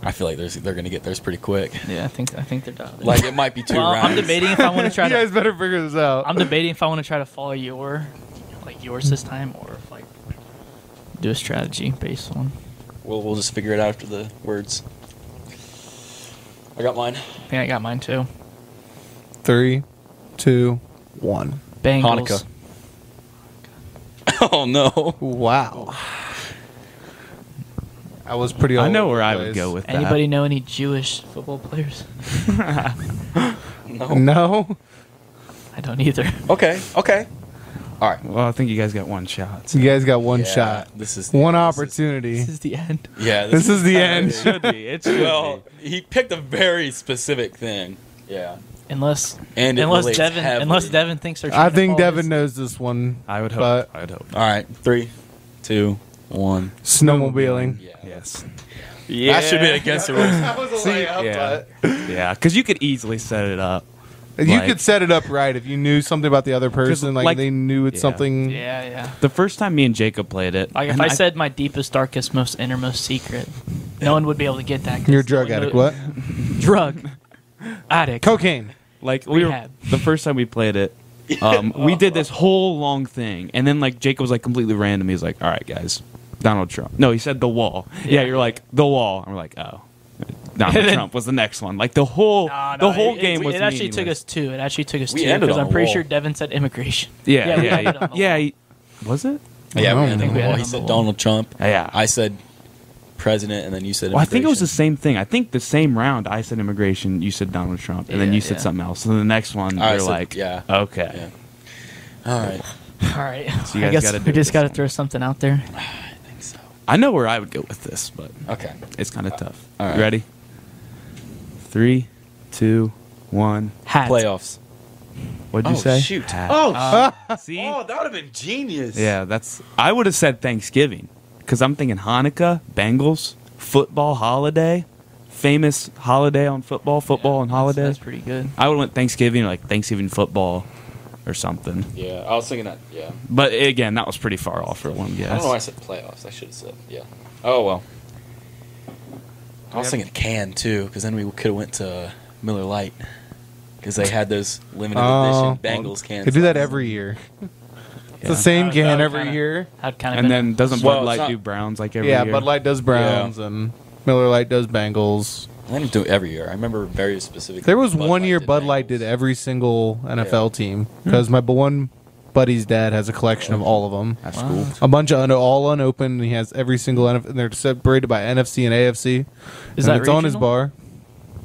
Speaker 1: I feel like there's, they're gonna get theirs pretty quick.
Speaker 4: Yeah, I think I think they're done.
Speaker 1: Like it might be two
Speaker 4: well,
Speaker 1: rounds.
Speaker 4: I'm debating if I want to try
Speaker 3: you guys
Speaker 4: to.
Speaker 3: better figure this out.
Speaker 4: I'm debating if I want to try to follow your, like yours this time, or if like do a strategy based on.
Speaker 1: We'll we'll just figure it out after the words. I got mine.
Speaker 4: I think I got mine too.
Speaker 3: Three, two, one.
Speaker 4: Bengals.
Speaker 1: Hanukkah. Oh no.
Speaker 3: Wow. I was pretty. all
Speaker 2: I know
Speaker 3: over
Speaker 2: where
Speaker 3: the
Speaker 2: I would
Speaker 3: place.
Speaker 2: go with
Speaker 4: Anybody know any Jewish football players?
Speaker 1: No.
Speaker 3: No.
Speaker 4: I don't either.
Speaker 1: Okay. Okay. All right.
Speaker 2: that. Well, I think you guys got one shot. so-
Speaker 3: You guys got one
Speaker 1: Yeah,
Speaker 3: shot.
Speaker 1: This is
Speaker 3: One
Speaker 1: this is-
Speaker 3: opportunity.
Speaker 4: This is the end.
Speaker 1: yeah.
Speaker 3: This is the end.
Speaker 2: should be. It should
Speaker 1: well, he picked a very specific thing. Yeah.
Speaker 4: Unless
Speaker 1: And it
Speaker 4: unless
Speaker 1: relates
Speaker 4: Devin
Speaker 1: heavily.
Speaker 4: unless Devin thinks they're.
Speaker 3: I
Speaker 4: trying to
Speaker 3: think
Speaker 4: follow
Speaker 3: Devin
Speaker 4: this-
Speaker 3: knows this one.
Speaker 2: I would hope.
Speaker 3: But-
Speaker 2: I would hope.
Speaker 1: All right. Three, two, one.
Speaker 3: Snowmobiling.
Speaker 1: Yeah.
Speaker 2: Yes.
Speaker 1: That should be against the rules.
Speaker 3: was a
Speaker 2: layup, yeah. Yeah, because you could easily set it up.
Speaker 3: You
Speaker 2: Like-
Speaker 3: could set it up right if you knew something about the other person, like,
Speaker 2: like-
Speaker 3: they knew it's
Speaker 2: Yeah.
Speaker 3: something.
Speaker 4: Yeah, yeah.
Speaker 2: The first time me and Jacob played it,
Speaker 4: Like if
Speaker 2: and
Speaker 4: I, said my deepest, darkest, most innermost secret, no one would be able to get that. 'cause
Speaker 3: You're a
Speaker 4: no
Speaker 3: drug
Speaker 4: one
Speaker 3: addict.
Speaker 4: knew-
Speaker 3: What?
Speaker 4: Drug addict.
Speaker 3: Cocaine.
Speaker 2: like we were,
Speaker 4: Rehab.
Speaker 2: the first time we played it, um, we did this whole long thing, and then like Jacob was like completely random. He's like, "All right, guys, Donald Trump." No, he said the wall. Yeah,
Speaker 4: Yeah.
Speaker 2: you're like the wall. I'm like, oh, Donald
Speaker 4: then-
Speaker 2: Trump was the next one. Like the whole
Speaker 4: Nah,
Speaker 2: the
Speaker 4: nah,
Speaker 2: whole
Speaker 4: it-
Speaker 2: game
Speaker 4: it,
Speaker 2: was.
Speaker 4: It actually took
Speaker 2: meaningless.
Speaker 4: us two. It actually took us
Speaker 1: We
Speaker 4: two
Speaker 1: ended
Speaker 4: because
Speaker 1: on
Speaker 4: I'm
Speaker 1: the
Speaker 4: pretty
Speaker 1: wall.
Speaker 4: sure Devin said immigration. Yeah,
Speaker 2: Yeah,
Speaker 4: we
Speaker 2: yeah,
Speaker 4: ended
Speaker 2: yeah.
Speaker 4: on the
Speaker 2: yeah
Speaker 4: wall.
Speaker 2: he- was it?
Speaker 1: Yeah,
Speaker 3: I
Speaker 1: I
Speaker 3: don't
Speaker 1: think
Speaker 4: know.
Speaker 1: we had He said Donald Trump.
Speaker 2: Yeah.
Speaker 1: I said president, and then you said.
Speaker 2: Well, I think it was the same
Speaker 1: immigration.
Speaker 2: thing. I think the same round. I said immigration. You said Donald Trump, and then
Speaker 4: Yeah,
Speaker 2: you said
Speaker 4: yeah.
Speaker 2: something else. And the next one,
Speaker 1: I
Speaker 2: you're
Speaker 1: said-
Speaker 2: like,
Speaker 1: yeah.
Speaker 2: okay.
Speaker 1: Yeah. All right.
Speaker 4: All right.
Speaker 2: So you
Speaker 4: I
Speaker 2: guys
Speaker 4: guess
Speaker 2: gotta do
Speaker 4: we just
Speaker 2: this
Speaker 4: got to
Speaker 2: one.
Speaker 4: throw something out there.
Speaker 1: I think so.
Speaker 2: I know where I would go with this, but
Speaker 1: Okay.
Speaker 2: it's kind of tough.
Speaker 1: Uh, all right.
Speaker 2: You ready? Three, two, one.
Speaker 4: Hat.
Speaker 1: Playoffs.
Speaker 2: What'd you
Speaker 1: Oh,
Speaker 2: say?
Speaker 1: shoot.
Speaker 2: Hat.
Speaker 3: Uh,
Speaker 1: See? Oh, that would have been genius.
Speaker 2: yeah. That's. I would have said Thanksgiving because I'm thinking Hanukkah, Bengals, football holiday, famous holiday on football, football on holiday.
Speaker 4: That's pretty good.
Speaker 2: I would have went Thanksgiving, like Thanksgiving football, or something.
Speaker 1: Yeah. I was thinking that. Yeah.
Speaker 2: But again, that was pretty far off for one guess.
Speaker 1: I don't know why I said playoffs. I should have said yeah. Oh well. I was thinking can too, because then we could have went to Miller Lite, because they had those limited
Speaker 3: Oh.
Speaker 1: edition Bengals cans.
Speaker 3: They do that every year. It's the
Speaker 2: Yeah.
Speaker 3: same
Speaker 4: That-
Speaker 3: can
Speaker 4: that
Speaker 3: every
Speaker 4: kinda-
Speaker 3: year.
Speaker 4: I'd kind of
Speaker 2: And then doesn't
Speaker 1: Well,
Speaker 2: Bud
Speaker 1: it's
Speaker 2: Light
Speaker 1: not-
Speaker 2: do Browns like every
Speaker 3: Yeah,
Speaker 2: year?
Speaker 3: Bud Light does Browns and Miller Light does Bengals.
Speaker 1: I didn't do it every year. I remember very specifically.
Speaker 3: There was
Speaker 1: Bud
Speaker 3: one
Speaker 1: Light
Speaker 3: year
Speaker 1: did
Speaker 3: Bud Light
Speaker 1: Bengals.
Speaker 3: did every single NFL team because my b- one buddy's dad has a collection of all of them.
Speaker 2: That's
Speaker 4: Wow.
Speaker 2: cool.
Speaker 3: A bunch of un- all unopened. And he has every single NF- and they're separated by NFC and AFC.
Speaker 4: Is
Speaker 3: and
Speaker 4: that
Speaker 3: it's on his
Speaker 4: regional?
Speaker 3: bar.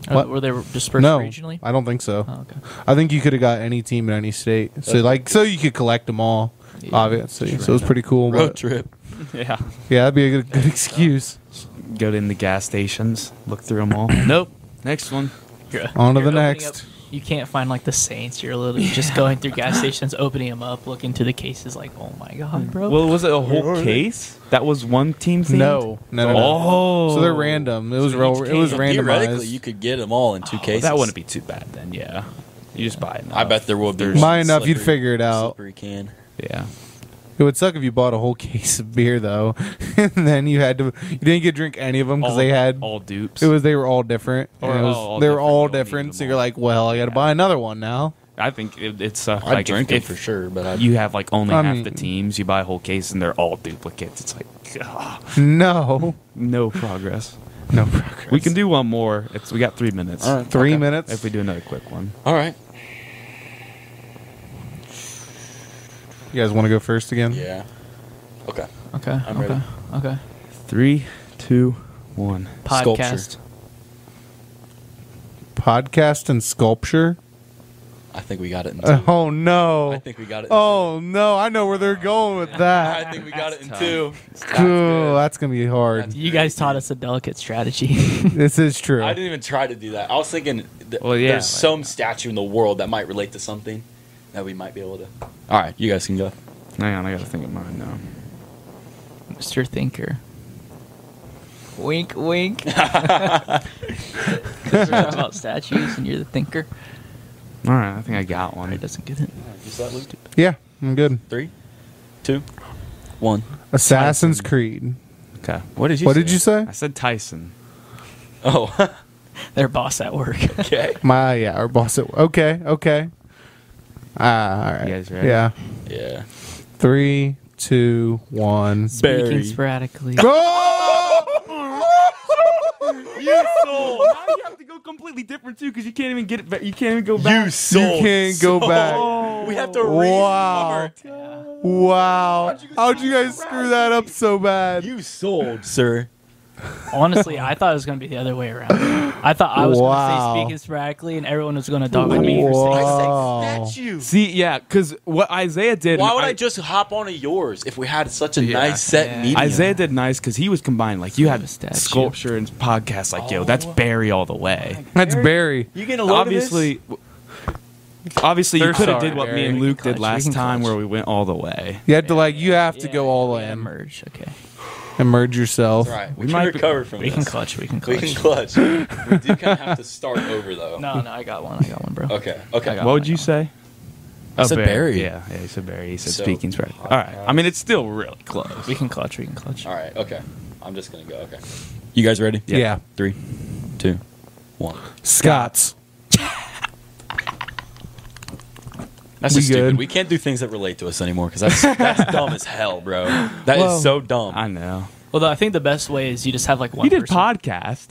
Speaker 4: Or
Speaker 3: What?
Speaker 4: Were they dispersed
Speaker 3: no,
Speaker 4: regionally?
Speaker 3: I don't think so.
Speaker 4: Oh, okay.
Speaker 3: I think you could have got any team in any state. So
Speaker 1: That's-
Speaker 3: like, so you could collect them all,
Speaker 4: Yeah.
Speaker 3: obviously. So it was pretty cool.
Speaker 1: Road
Speaker 3: But,
Speaker 1: trip.
Speaker 2: Yeah.
Speaker 3: yeah, that'd be a good, good excuse.
Speaker 2: Go to in the gas stations, look through them all. nope. Next one.
Speaker 4: You're-
Speaker 3: On to
Speaker 4: you're
Speaker 3: the
Speaker 4: opening
Speaker 3: next.
Speaker 4: up- you can't find like the Saints. You're literally just going through gas stations, opening them up, looking to the cases. Like, oh my
Speaker 1: Hmm.
Speaker 4: god, bro.
Speaker 2: Well, was it a
Speaker 1: Where
Speaker 2: whole
Speaker 1: are they?
Speaker 2: case? That was one team themed?
Speaker 3: No, no, no, no.
Speaker 2: Oh.
Speaker 3: So they're random. It was
Speaker 2: So
Speaker 3: real,
Speaker 2: each
Speaker 3: it was
Speaker 2: team-
Speaker 1: Theoretically,
Speaker 3: randomized.
Speaker 1: you could get them all in two
Speaker 2: Oh,
Speaker 1: cases.
Speaker 2: That wouldn't be too bad then, yeah. You just buy it.
Speaker 1: I bet there would be.
Speaker 2: There's-
Speaker 1: one
Speaker 3: Mine enough, you'd
Speaker 1: slippery-
Speaker 3: figure it out.
Speaker 1: Slippery can.
Speaker 2: Yeah.
Speaker 3: It would suck if you bought a whole case of beer though, and then you had to you didn't get to drink any of them because
Speaker 2: All-
Speaker 3: they had
Speaker 2: all dupes.
Speaker 3: it was they were all different.
Speaker 2: Or
Speaker 3: And it was-
Speaker 2: all- all
Speaker 3: they were
Speaker 2: different,
Speaker 3: all
Speaker 2: you don't need
Speaker 3: different.
Speaker 2: them
Speaker 3: So you're
Speaker 2: all.
Speaker 3: like, well, I got to buy another one now.
Speaker 2: I think it, it's uh,
Speaker 1: I'd
Speaker 2: like
Speaker 1: drink
Speaker 2: if,
Speaker 1: it for sure, but I'd,
Speaker 2: if you have like only
Speaker 3: I
Speaker 2: half
Speaker 3: mean-
Speaker 2: the teams. You buy a whole case and they're all duplicates. It's like ugh,
Speaker 3: No,
Speaker 2: no progress.
Speaker 3: no progress.
Speaker 2: We can do one more. It's we got three minutes.
Speaker 1: All right.
Speaker 3: three
Speaker 1: Okay.
Speaker 3: minutes.
Speaker 2: If we do another quick one,
Speaker 1: all right.
Speaker 3: you guys want to go first again?
Speaker 1: Yeah. Okay.
Speaker 4: okay,
Speaker 1: I'm
Speaker 4: okay,
Speaker 1: ready.
Speaker 4: okay.
Speaker 2: three, two, one.
Speaker 1: Sculpture.
Speaker 4: Podcast.
Speaker 3: Podcast and sculpture.
Speaker 1: I think we got it. In two.
Speaker 3: Oh no.
Speaker 1: I think we got it. In
Speaker 3: Oh no, I know where they're going with
Speaker 1: two.
Speaker 3: that.
Speaker 1: I think we got it in
Speaker 2: That's
Speaker 1: two.
Speaker 3: Cool, that's gonna be hard.
Speaker 1: That's-
Speaker 4: You guys taught us a delicate strategy.
Speaker 3: This is true.
Speaker 1: I didn't even try to do that. I was thinking th-
Speaker 2: Well, yeah,
Speaker 1: there's
Speaker 2: like-
Speaker 1: some statue in the world that might relate to something that we might be able to. All right, you guys can go.
Speaker 2: Hang on, I gotta think of mine now.
Speaker 4: Mr. Thinker. Wink, wink. Because we're talking about statues and you're the thinker.
Speaker 2: All right, I think I got one.
Speaker 4: It doesn't get it.
Speaker 1: Just let Luke do-
Speaker 3: Yeah, I'm good.
Speaker 1: Three, two, one.
Speaker 3: Assassin's Creed.
Speaker 2: Okay, what did you?
Speaker 3: What
Speaker 2: say?
Speaker 3: did you say?
Speaker 2: I said Tyson.
Speaker 1: Oh,
Speaker 4: Their boss at work.
Speaker 1: okay.
Speaker 3: My yeah, our boss. At, okay, okay. Ah, all right.
Speaker 2: You guys ready?
Speaker 3: Yeah.
Speaker 1: Yeah.
Speaker 3: Three, two, one.
Speaker 1: Barry.
Speaker 4: Speaking sporadically.
Speaker 2: You sold. now you have to go completely different too, because you can't even get it. Back. You can't even go back.
Speaker 3: You can't go back.
Speaker 1: We have to
Speaker 3: Wow.
Speaker 1: restart.
Speaker 3: Wow. How'd you guys screw that up so bad?
Speaker 1: You sold, sir.
Speaker 4: Honestly, I thought it was going to be the other way around. I thought I was
Speaker 3: Wow.
Speaker 4: going to say speaking sporadically and everyone was going to dog
Speaker 2: I
Speaker 4: on me for saying
Speaker 3: Wow.
Speaker 1: statue.
Speaker 2: See, yeah, because what Isaiah did.
Speaker 1: Why would I, just hop onto yours if we had such a
Speaker 2: Yeah.
Speaker 1: nice set
Speaker 4: Yeah.
Speaker 1: meeting?
Speaker 2: Isaiah did nice because he was Oh. combined. Like you had
Speaker 4: Have a statue.
Speaker 2: sculpture and podcast. Like yo, that's Barry all the way.
Speaker 3: That's Barry.
Speaker 1: You getting a load
Speaker 2: Obviously, obviously you
Speaker 3: They're
Speaker 2: could have
Speaker 3: sorry,
Speaker 2: did what me
Speaker 3: Barry.
Speaker 2: and Luke
Speaker 4: We
Speaker 2: did
Speaker 4: can
Speaker 2: last
Speaker 4: clutch, we can
Speaker 2: time,
Speaker 4: clutch.
Speaker 2: where we went all the way.
Speaker 3: You had to like you have to
Speaker 4: Yeah,
Speaker 3: go all
Speaker 4: yeah,
Speaker 3: in
Speaker 4: Merge. Okay.
Speaker 3: and merge yourself.
Speaker 1: All right,
Speaker 2: We
Speaker 1: we,
Speaker 2: might be-
Speaker 1: can recover from
Speaker 4: We
Speaker 1: this.
Speaker 4: can clutch. We can
Speaker 1: We
Speaker 4: clutch.
Speaker 1: can clutch. we do kind of have to start over though.
Speaker 4: No, no, I got one. I got one, bro.
Speaker 1: Okay. Okay.
Speaker 4: I got
Speaker 2: What would you say? Oh,
Speaker 1: I said Barry.
Speaker 2: Yeah, yeah, he said Barry. He said
Speaker 1: So-
Speaker 2: speaking spread. All right. I mean, it's still really close.
Speaker 4: We can clutch. We can clutch.
Speaker 1: All right. Okay. I'm just gonna go. Okay. You guys ready?
Speaker 3: Yeah.
Speaker 1: Three, two, one.
Speaker 3: Scots.
Speaker 1: That's
Speaker 3: We
Speaker 1: just stupid.
Speaker 3: good?
Speaker 1: We can't do things that relate to us anymore because that's that's dumb as hell, bro. That is
Speaker 3: Well,
Speaker 1: so dumb.
Speaker 2: I know.
Speaker 4: Although I think the best way is you just have like one.
Speaker 2: You did
Speaker 4: person.
Speaker 2: podcast.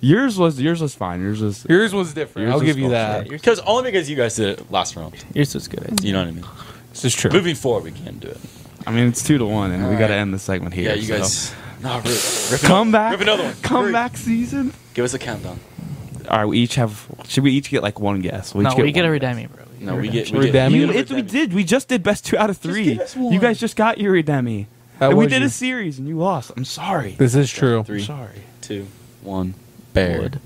Speaker 2: Yours was yours was fine. Yours was.
Speaker 3: Yours was different.
Speaker 2: Yours
Speaker 3: I'll
Speaker 2: was
Speaker 3: give you
Speaker 2: sculpture.
Speaker 3: that.
Speaker 4: Yours,
Speaker 1: Because only because you guys did it last round.
Speaker 4: yours was good.
Speaker 1: You know what I mean.
Speaker 3: This is true.
Speaker 1: Moving forward, we can do it.
Speaker 2: I mean, it's two to one, and we
Speaker 1: All
Speaker 2: got to
Speaker 1: right.
Speaker 2: end the segment here.
Speaker 1: Yeah, you
Speaker 2: so.
Speaker 1: guys. No, rip, rip another-
Speaker 2: come back.
Speaker 1: Rip another one. Hurry.
Speaker 2: Comeback season.
Speaker 1: Give us a countdown.
Speaker 2: All right, we each have. Should we each get like one guess?
Speaker 4: No, we get a
Speaker 2: one
Speaker 4: redeem me, bro.
Speaker 1: No, we get.
Speaker 4: redemption.
Speaker 1: We get.
Speaker 3: Redemption.
Speaker 1: you
Speaker 2: You,
Speaker 1: get a
Speaker 2: it, we
Speaker 1: redemption.
Speaker 2: did. We just did best two out of three.
Speaker 1: give us
Speaker 2: You
Speaker 1: one.
Speaker 2: guys just got your redemi.
Speaker 3: That
Speaker 2: And we
Speaker 3: was
Speaker 2: did
Speaker 3: you.
Speaker 2: a series and you lost. I'm sorry.
Speaker 3: This is true.
Speaker 1: Three.
Speaker 2: I'm sorry.
Speaker 1: two, one. Bear.
Speaker 4: Wood.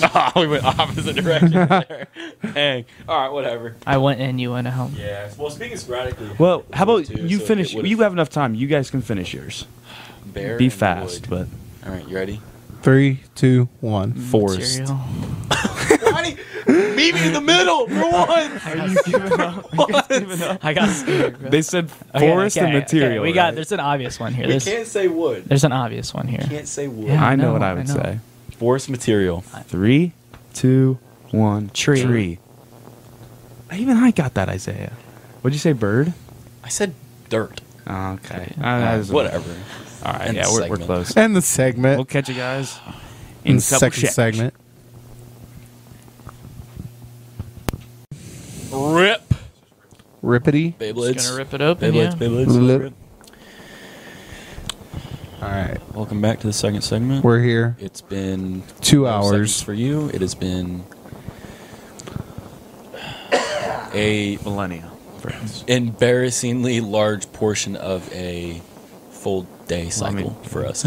Speaker 1: we went opposite direction. there. Dang. All right, whatever.
Speaker 4: I went in, you went out.
Speaker 1: Yeah. Well, speaking sporadically.
Speaker 2: Well, how about
Speaker 1: Two,
Speaker 2: you
Speaker 1: so
Speaker 2: finish?
Speaker 1: it would've-
Speaker 2: You have enough time. You guys can finish yours.
Speaker 1: Bear
Speaker 2: Be
Speaker 1: and
Speaker 2: fast,
Speaker 1: wood.
Speaker 2: but
Speaker 1: All right, you ready?
Speaker 3: Three, two,
Speaker 1: Mm-hmm.
Speaker 3: one.
Speaker 2: forced.
Speaker 4: Cereal.
Speaker 1: Why do you- Meet me in the middle for once.
Speaker 4: Are you giving up? You guys giving up? I got scared. Bro.
Speaker 2: They said
Speaker 4: Okay,
Speaker 2: forest
Speaker 4: okay,
Speaker 2: and
Speaker 4: okay,
Speaker 2: material.
Speaker 4: We got.
Speaker 2: right?
Speaker 4: There's an obvious one here.
Speaker 1: We
Speaker 4: There's,
Speaker 1: can't say wood.
Speaker 4: there's an obvious one here.
Speaker 1: Can't say wood.
Speaker 4: Yeah.
Speaker 2: I know what
Speaker 4: No,
Speaker 2: I
Speaker 4: I
Speaker 2: would
Speaker 4: know.
Speaker 2: say.
Speaker 1: Forest material.
Speaker 2: Three, two, one.
Speaker 4: Tree.
Speaker 2: Tree. Even I got that, Isaiah. What'd you say, bird?
Speaker 1: I said dirt.
Speaker 2: Oh, okay.
Speaker 4: Yeah.
Speaker 2: Uh, that was-
Speaker 1: Whatever.
Speaker 2: All right.
Speaker 1: End
Speaker 2: yeah, we're, we're
Speaker 1: segment.
Speaker 2: close.
Speaker 3: And the segment.
Speaker 2: We'll catch you guys
Speaker 3: in
Speaker 2: in
Speaker 3: the
Speaker 2: couple
Speaker 3: second
Speaker 2: seconds.
Speaker 3: segment.
Speaker 1: Rip.
Speaker 3: Rippity.
Speaker 4: Just gonna
Speaker 1: Beyblades.
Speaker 4: rip it open.
Speaker 1: Beyblades,
Speaker 4: yeah.
Speaker 1: Beyblades.
Speaker 3: Lip.
Speaker 1: rip.
Speaker 3: All right,
Speaker 1: Welcome back to the second segment.
Speaker 3: we're here.
Speaker 1: it's been
Speaker 3: Two
Speaker 1: no seconds
Speaker 3: hours.
Speaker 1: for you. It has been a
Speaker 2: Millennia. for us.
Speaker 1: embarrassingly large portion of a full day
Speaker 2: Well, I
Speaker 1: cycle
Speaker 2: mean-
Speaker 1: for us.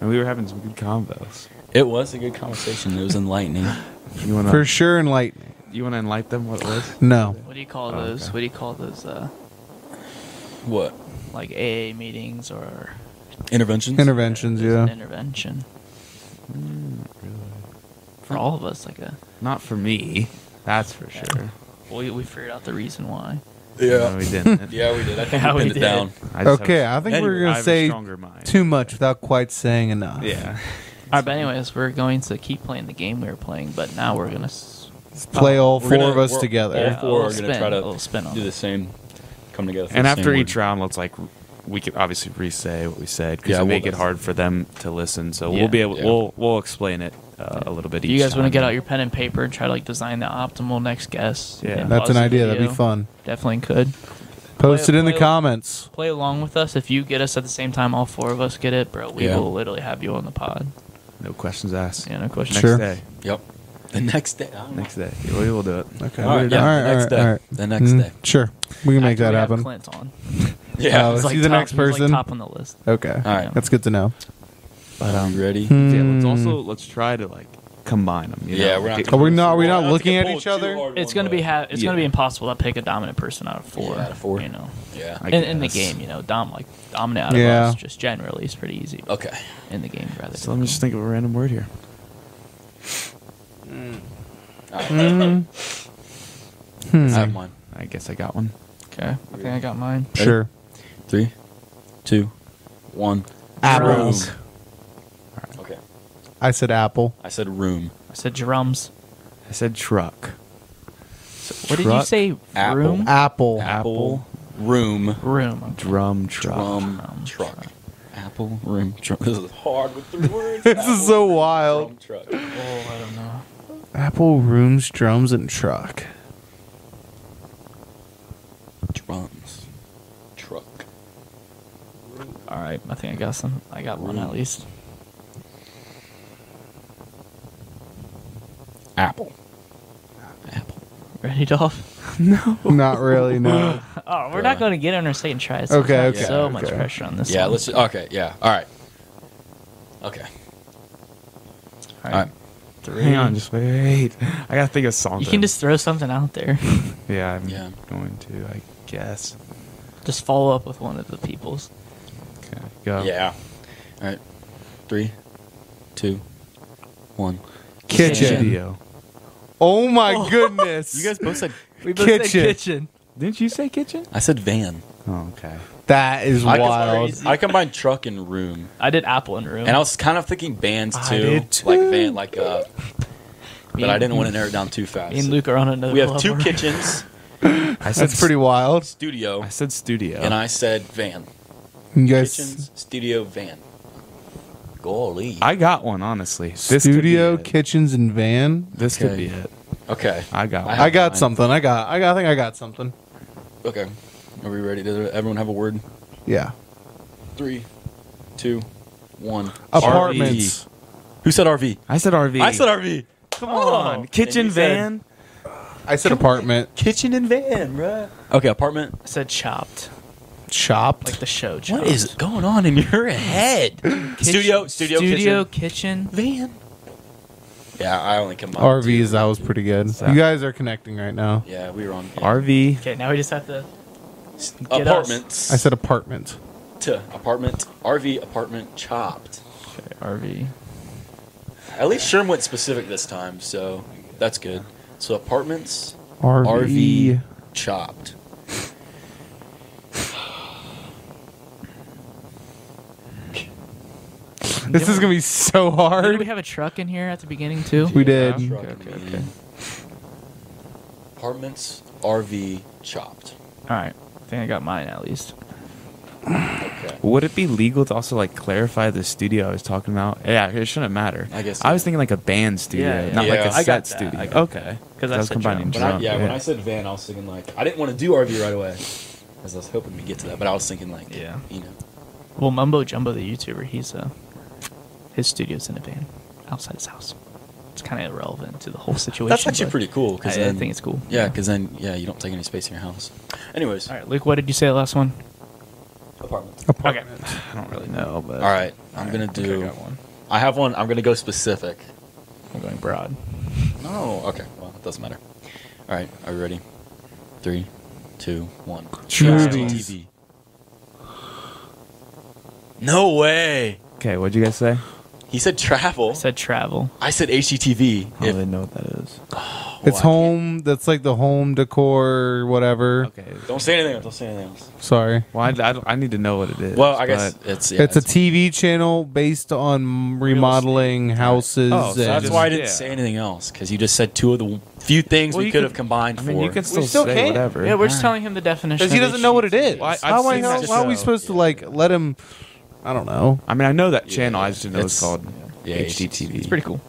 Speaker 2: And we were having some good combos.
Speaker 1: it was a good conversation. It was enlightening.
Speaker 2: You wanna
Speaker 3: For sure, enlightening.
Speaker 2: you wanna enlighten them what it was?
Speaker 3: No.
Speaker 4: What do you call
Speaker 2: Oh, okay.
Speaker 4: those? What do you call those? Uh,
Speaker 1: what
Speaker 4: like AA meetings or
Speaker 1: interventions?
Speaker 3: Interventions,
Speaker 4: there's an
Speaker 3: yeah.
Speaker 4: intervention Hmm, for all of us. Like a
Speaker 2: Not for me. That's for sure.
Speaker 4: we we figured out the reason why.
Speaker 2: No,
Speaker 1: yeah,
Speaker 2: we didn't.
Speaker 1: yeah, we did. I think
Speaker 4: Yeah,
Speaker 1: we
Speaker 4: we
Speaker 1: pinned
Speaker 4: did.
Speaker 1: it down.
Speaker 2: I just
Speaker 3: okay,
Speaker 2: have
Speaker 3: I
Speaker 2: a-
Speaker 3: think
Speaker 1: anyway,
Speaker 3: we're
Speaker 2: I
Speaker 3: gonna
Speaker 2: have a
Speaker 3: say
Speaker 2: stronger mind.
Speaker 3: too much without quite saying enough.
Speaker 2: Yeah.
Speaker 4: All right, but anyways, we're going to keep playing the game we were playing, but now we're gonna s-
Speaker 3: Let's play all
Speaker 1: We're
Speaker 3: 4
Speaker 1: gonna-
Speaker 3: of us
Speaker 1: we're-
Speaker 3: together.
Speaker 1: All
Speaker 4: Yeah, a
Speaker 1: four are
Speaker 4: little
Speaker 1: going to
Speaker 4: spin,
Speaker 1: try
Speaker 4: a little spin
Speaker 1: to
Speaker 4: on
Speaker 1: do
Speaker 4: it.
Speaker 1: the same, come together. for
Speaker 2: and
Speaker 1: the
Speaker 2: after
Speaker 1: same
Speaker 2: each
Speaker 1: word.
Speaker 2: round, let's like we could obviously re-say what we said because
Speaker 1: Yeah,
Speaker 2: we
Speaker 1: we'll
Speaker 2: make
Speaker 1: do
Speaker 2: it
Speaker 1: that.
Speaker 2: hard for them to listen. So
Speaker 4: Yeah.
Speaker 2: we'll be able
Speaker 1: Yeah.
Speaker 2: we'll we'll explain it uh, a little bit.
Speaker 4: Do
Speaker 2: Each
Speaker 4: you guys want to
Speaker 2: time.
Speaker 4: get out your pen and paper and try to like design the optimal next guess?
Speaker 2: Yeah.
Speaker 4: and
Speaker 3: That's
Speaker 4: pause
Speaker 3: an
Speaker 4: the
Speaker 3: idea. That'd
Speaker 4: video?
Speaker 3: be fun.
Speaker 4: Definitely could.
Speaker 3: Post
Speaker 4: Play-
Speaker 3: it in the
Speaker 4: play-
Speaker 3: comments.
Speaker 4: Play along with us. If you get us at the same time, all four of us get it, bro. We
Speaker 1: Yeah.
Speaker 4: will literally have you on the pod.
Speaker 2: no questions asked?
Speaker 4: Yeah, no question.
Speaker 2: Next
Speaker 3: Sure.
Speaker 2: day,
Speaker 1: Yep. The next day. I don't know.
Speaker 2: next day, we will do it.
Speaker 3: Okay.
Speaker 1: All right,
Speaker 3: weird.
Speaker 1: yeah,
Speaker 3: All right,
Speaker 1: the next
Speaker 3: all right,
Speaker 1: day.
Speaker 3: all right.
Speaker 1: The next
Speaker 3: Mm,
Speaker 1: day.
Speaker 3: Sure. We can make
Speaker 4: After
Speaker 3: that
Speaker 4: we have
Speaker 3: happen.
Speaker 4: Clint on.
Speaker 1: Yeah.
Speaker 3: Oh,
Speaker 4: He's
Speaker 3: is
Speaker 4: like
Speaker 3: he the
Speaker 4: top-
Speaker 3: next
Speaker 4: he's, like,
Speaker 3: person?
Speaker 4: top on the list.
Speaker 3: Okay.
Speaker 1: All right.
Speaker 3: That's good to know.
Speaker 1: but um, ready.
Speaker 2: Yeah, let's
Speaker 3: Hmm.
Speaker 2: also let's try to like combine them. You
Speaker 1: yeah,
Speaker 2: know?
Speaker 1: we're not.
Speaker 2: Get-
Speaker 1: gonna
Speaker 3: Are we
Speaker 1: pull-
Speaker 3: not- are we
Speaker 1: we're
Speaker 3: not
Speaker 1: gonna
Speaker 3: looking at
Speaker 1: pull
Speaker 3: each
Speaker 1: too
Speaker 3: other?
Speaker 1: hard
Speaker 4: It's
Speaker 1: one
Speaker 4: gonna be
Speaker 1: way.
Speaker 4: ha- it's
Speaker 2: Yeah.
Speaker 4: gonna be impossible to pick a dominant person out of four.
Speaker 1: Yeah, out of four.
Speaker 4: You know,
Speaker 1: Yeah.
Speaker 2: I
Speaker 4: in, in the
Speaker 2: guess.
Speaker 4: game, you know, dom like dominant out of
Speaker 3: Yeah.
Speaker 4: us just generally is pretty easy. but
Speaker 1: Okay.
Speaker 4: In the game, rather.
Speaker 2: So let me just think of a random word here.
Speaker 3: Mm.
Speaker 1: I
Speaker 3: Hmm.
Speaker 1: have mine.
Speaker 2: I guess I got one.
Speaker 4: Okay, I think I got mine.
Speaker 3: Sure.
Speaker 1: Three, two, one.
Speaker 3: Apples.
Speaker 1: Room. Okay.
Speaker 3: I said apple.
Speaker 1: I said room.
Speaker 4: I said drums.
Speaker 2: I said truck.
Speaker 4: What did you
Speaker 2: Truck,
Speaker 4: say?
Speaker 1: apple.
Speaker 4: Room.
Speaker 3: Apple.
Speaker 2: Apple.
Speaker 1: Room.
Speaker 4: Room. okay.
Speaker 2: Drum truck.
Speaker 1: Drum.
Speaker 4: Drum
Speaker 1: Truck.
Speaker 4: truck.
Speaker 1: Apple. Room. Truck. This is hard with three words.
Speaker 3: This is so wild.
Speaker 1: Drum truck.
Speaker 4: Oh, I don't know.
Speaker 3: Apple rooms, drums, and truck.
Speaker 1: Drums. Truck.
Speaker 4: All right, I think I got some. I got one at least.
Speaker 1: Apple. Apple.
Speaker 4: Ready, Dolph?
Speaker 3: Not really. No.
Speaker 4: Oh, we're not going to get on our side and try. It's
Speaker 3: Okay,
Speaker 4: got
Speaker 1: okay,
Speaker 4: So
Speaker 3: okay.
Speaker 4: much pressure on this.
Speaker 1: Yeah.
Speaker 4: one.
Speaker 1: Let's. Okay. Yeah. All right. Okay.
Speaker 4: All
Speaker 1: All right.
Speaker 4: Three.
Speaker 2: Hang on, just wait. I gotta think of something.
Speaker 4: You can just throw something out there.
Speaker 2: yeah, I'm
Speaker 1: Yeah.
Speaker 2: going to. I guess.
Speaker 4: just follow up with one of the people's.
Speaker 2: Okay, go.
Speaker 1: Yeah. All right. Three, two, one.
Speaker 3: Kitchen.
Speaker 2: Studio.
Speaker 3: Oh my goodness.
Speaker 1: You guys both said.
Speaker 4: We
Speaker 3: both said Kitchen. kitchen.
Speaker 2: Didn't you say kitchen?
Speaker 1: I said van.
Speaker 2: Oh, okay.
Speaker 3: that is
Speaker 1: I
Speaker 3: wild.
Speaker 1: combined, I combined truck and room,
Speaker 4: I did apple in room.
Speaker 1: and I was kind of thinking bands
Speaker 3: I
Speaker 1: too,
Speaker 3: did
Speaker 1: like
Speaker 3: too.
Speaker 1: van, like uh.
Speaker 4: Me
Speaker 1: But I
Speaker 4: and-
Speaker 1: didn't want to narrow it down too fast.
Speaker 4: Me and Luke are on another.
Speaker 1: we have
Speaker 4: level.
Speaker 1: two kitchens,
Speaker 2: I said
Speaker 3: That's pretty wild.
Speaker 1: studio,
Speaker 2: I said uh, studio.
Speaker 1: and I said van.
Speaker 3: You guys,
Speaker 1: Kitchens, studio, van. Golly.
Speaker 2: I got one honestly. This could be
Speaker 3: studio,
Speaker 2: it.
Speaker 3: kitchens, and van.
Speaker 2: This could
Speaker 1: Okay.
Speaker 2: be it.
Speaker 1: okay.
Speaker 2: I got.
Speaker 1: I
Speaker 2: One.
Speaker 3: I got
Speaker 1: mine.
Speaker 3: something. I got. I got. I think I got something.
Speaker 1: Okay. Are we ready? Does everyone have a word?
Speaker 3: Yeah.
Speaker 1: Three, two, one.
Speaker 3: Apartments.
Speaker 1: Who said RV?
Speaker 2: I said RV.
Speaker 1: I said RV.
Speaker 2: Come
Speaker 1: Oh,
Speaker 2: on,
Speaker 1: and
Speaker 2: kitchen
Speaker 1: you said-
Speaker 2: van.
Speaker 3: I said apartment.
Speaker 1: Kitchen and van, bruh. Okay, apartment.
Speaker 4: I said chopped,
Speaker 3: Chopped.
Speaker 4: like the show. Chopped.
Speaker 1: What is going on in your head? Studio, studio,
Speaker 4: studio
Speaker 1: kitchen,
Speaker 4: kitchen.
Speaker 1: van. Yeah, I only come up.
Speaker 3: RVs. That was pretty good.
Speaker 2: So-
Speaker 3: You guys are connecting right now.
Speaker 1: Yeah, we were on yeah.
Speaker 2: RV.
Speaker 4: Okay, now we just have to. get us.
Speaker 1: apartments.
Speaker 3: I said apartment.
Speaker 1: to apartment, RV, apartment, chopped.
Speaker 4: Okay, RV.
Speaker 1: At least Sherm went specific this time, so that's good. So apartments,
Speaker 3: RV.
Speaker 1: RV, chopped.
Speaker 3: This is gonna be so
Speaker 4: Did we
Speaker 3: hard.
Speaker 4: have a truck in here at the beginning too?
Speaker 3: We did.
Speaker 1: Truck,
Speaker 4: Okay, okay,
Speaker 1: man.
Speaker 4: okay.
Speaker 1: Apartments, RV, chopped.
Speaker 4: All right, I think I got mine at least.
Speaker 1: Okay.
Speaker 2: Would it be legal to also like clarify the studio I was talking about? Yeah, it shouldn't matter.
Speaker 1: I guess
Speaker 2: I was
Speaker 1: not.
Speaker 2: thinking like a band studio,
Speaker 5: Yeah, yeah.
Speaker 2: not like
Speaker 1: Yeah.
Speaker 2: a
Speaker 1: I
Speaker 2: set
Speaker 5: got that,
Speaker 2: studio.
Speaker 5: I got
Speaker 2: okay,
Speaker 5: Because
Speaker 2: I
Speaker 5: that's
Speaker 2: was
Speaker 5: the
Speaker 2: combining
Speaker 5: jump.
Speaker 1: When I,
Speaker 2: jump,
Speaker 1: yeah, when I said van, I was thinking like I didn't want to do RV right away, because I was hoping to get to that. But I was thinking like,
Speaker 4: Yeah.
Speaker 1: you know,
Speaker 4: Well, Mumbo Jumbo, the YouTuber, he's uh, his studio's in a van outside his house. It's kind of irrelevant to the whole situation.
Speaker 1: that's actually
Speaker 4: but
Speaker 1: pretty cool. Because
Speaker 4: I, I think it's cool.
Speaker 1: Yeah, because then yeah, you don't take any space in your house. Anyways,
Speaker 4: All right, Luke. What did you say the last one?
Speaker 1: apartment.
Speaker 4: Okay.
Speaker 2: I don't really know, but
Speaker 1: All right, I'm gonna
Speaker 4: I think I
Speaker 1: do.
Speaker 4: got one.
Speaker 1: I have one. I'm gonna go specific.
Speaker 4: I'm going broad.
Speaker 1: No. Okay. Well, it doesn't matter. All right. Are you ready? Three, two, one.
Speaker 3: Movies.
Speaker 1: TV. No way.
Speaker 2: Okay, what'd you guys say?
Speaker 1: He said travel.
Speaker 4: I said Oh, travel.
Speaker 1: I said HGTV.
Speaker 2: I don't really know what that is.
Speaker 3: It's home. That's like the home decor, whatever.
Speaker 2: Okay,
Speaker 1: Don't say anything else. Don't say anything else.
Speaker 3: Sorry.
Speaker 2: well, I, I don't- I need to know what it is.
Speaker 1: Well, I guess
Speaker 2: but-
Speaker 1: it's yeah,
Speaker 3: it's a TV channel based on remodeling houses.
Speaker 2: Oh, so
Speaker 1: So that's
Speaker 2: just-
Speaker 1: why I didn't
Speaker 2: yeah.
Speaker 1: say anything else because you just said two of the w- few things
Speaker 2: Well,
Speaker 1: we
Speaker 2: you
Speaker 1: could
Speaker 2: could-
Speaker 1: have combined
Speaker 2: I mean,
Speaker 1: for.
Speaker 2: you can still
Speaker 3: still
Speaker 2: say
Speaker 3: can.
Speaker 2: whatever.
Speaker 4: Yeah, we're just
Speaker 1: Alright.
Speaker 4: telling him the definition.
Speaker 3: because he
Speaker 4: of
Speaker 3: doesn't know what it is.
Speaker 4: HGTV.
Speaker 2: Well, I- I've
Speaker 3: how, I
Speaker 2: seen
Speaker 3: know-
Speaker 2: that
Speaker 3: how are we
Speaker 2: show.
Speaker 3: supposed to like let him? I don't know.
Speaker 2: I mean, I know that
Speaker 1: Yeah,
Speaker 2: channel. I
Speaker 1: yeah.
Speaker 2: just didn't know it was
Speaker 1: It's-
Speaker 2: called
Speaker 1: yeah, HGTV.
Speaker 4: It's pretty cool.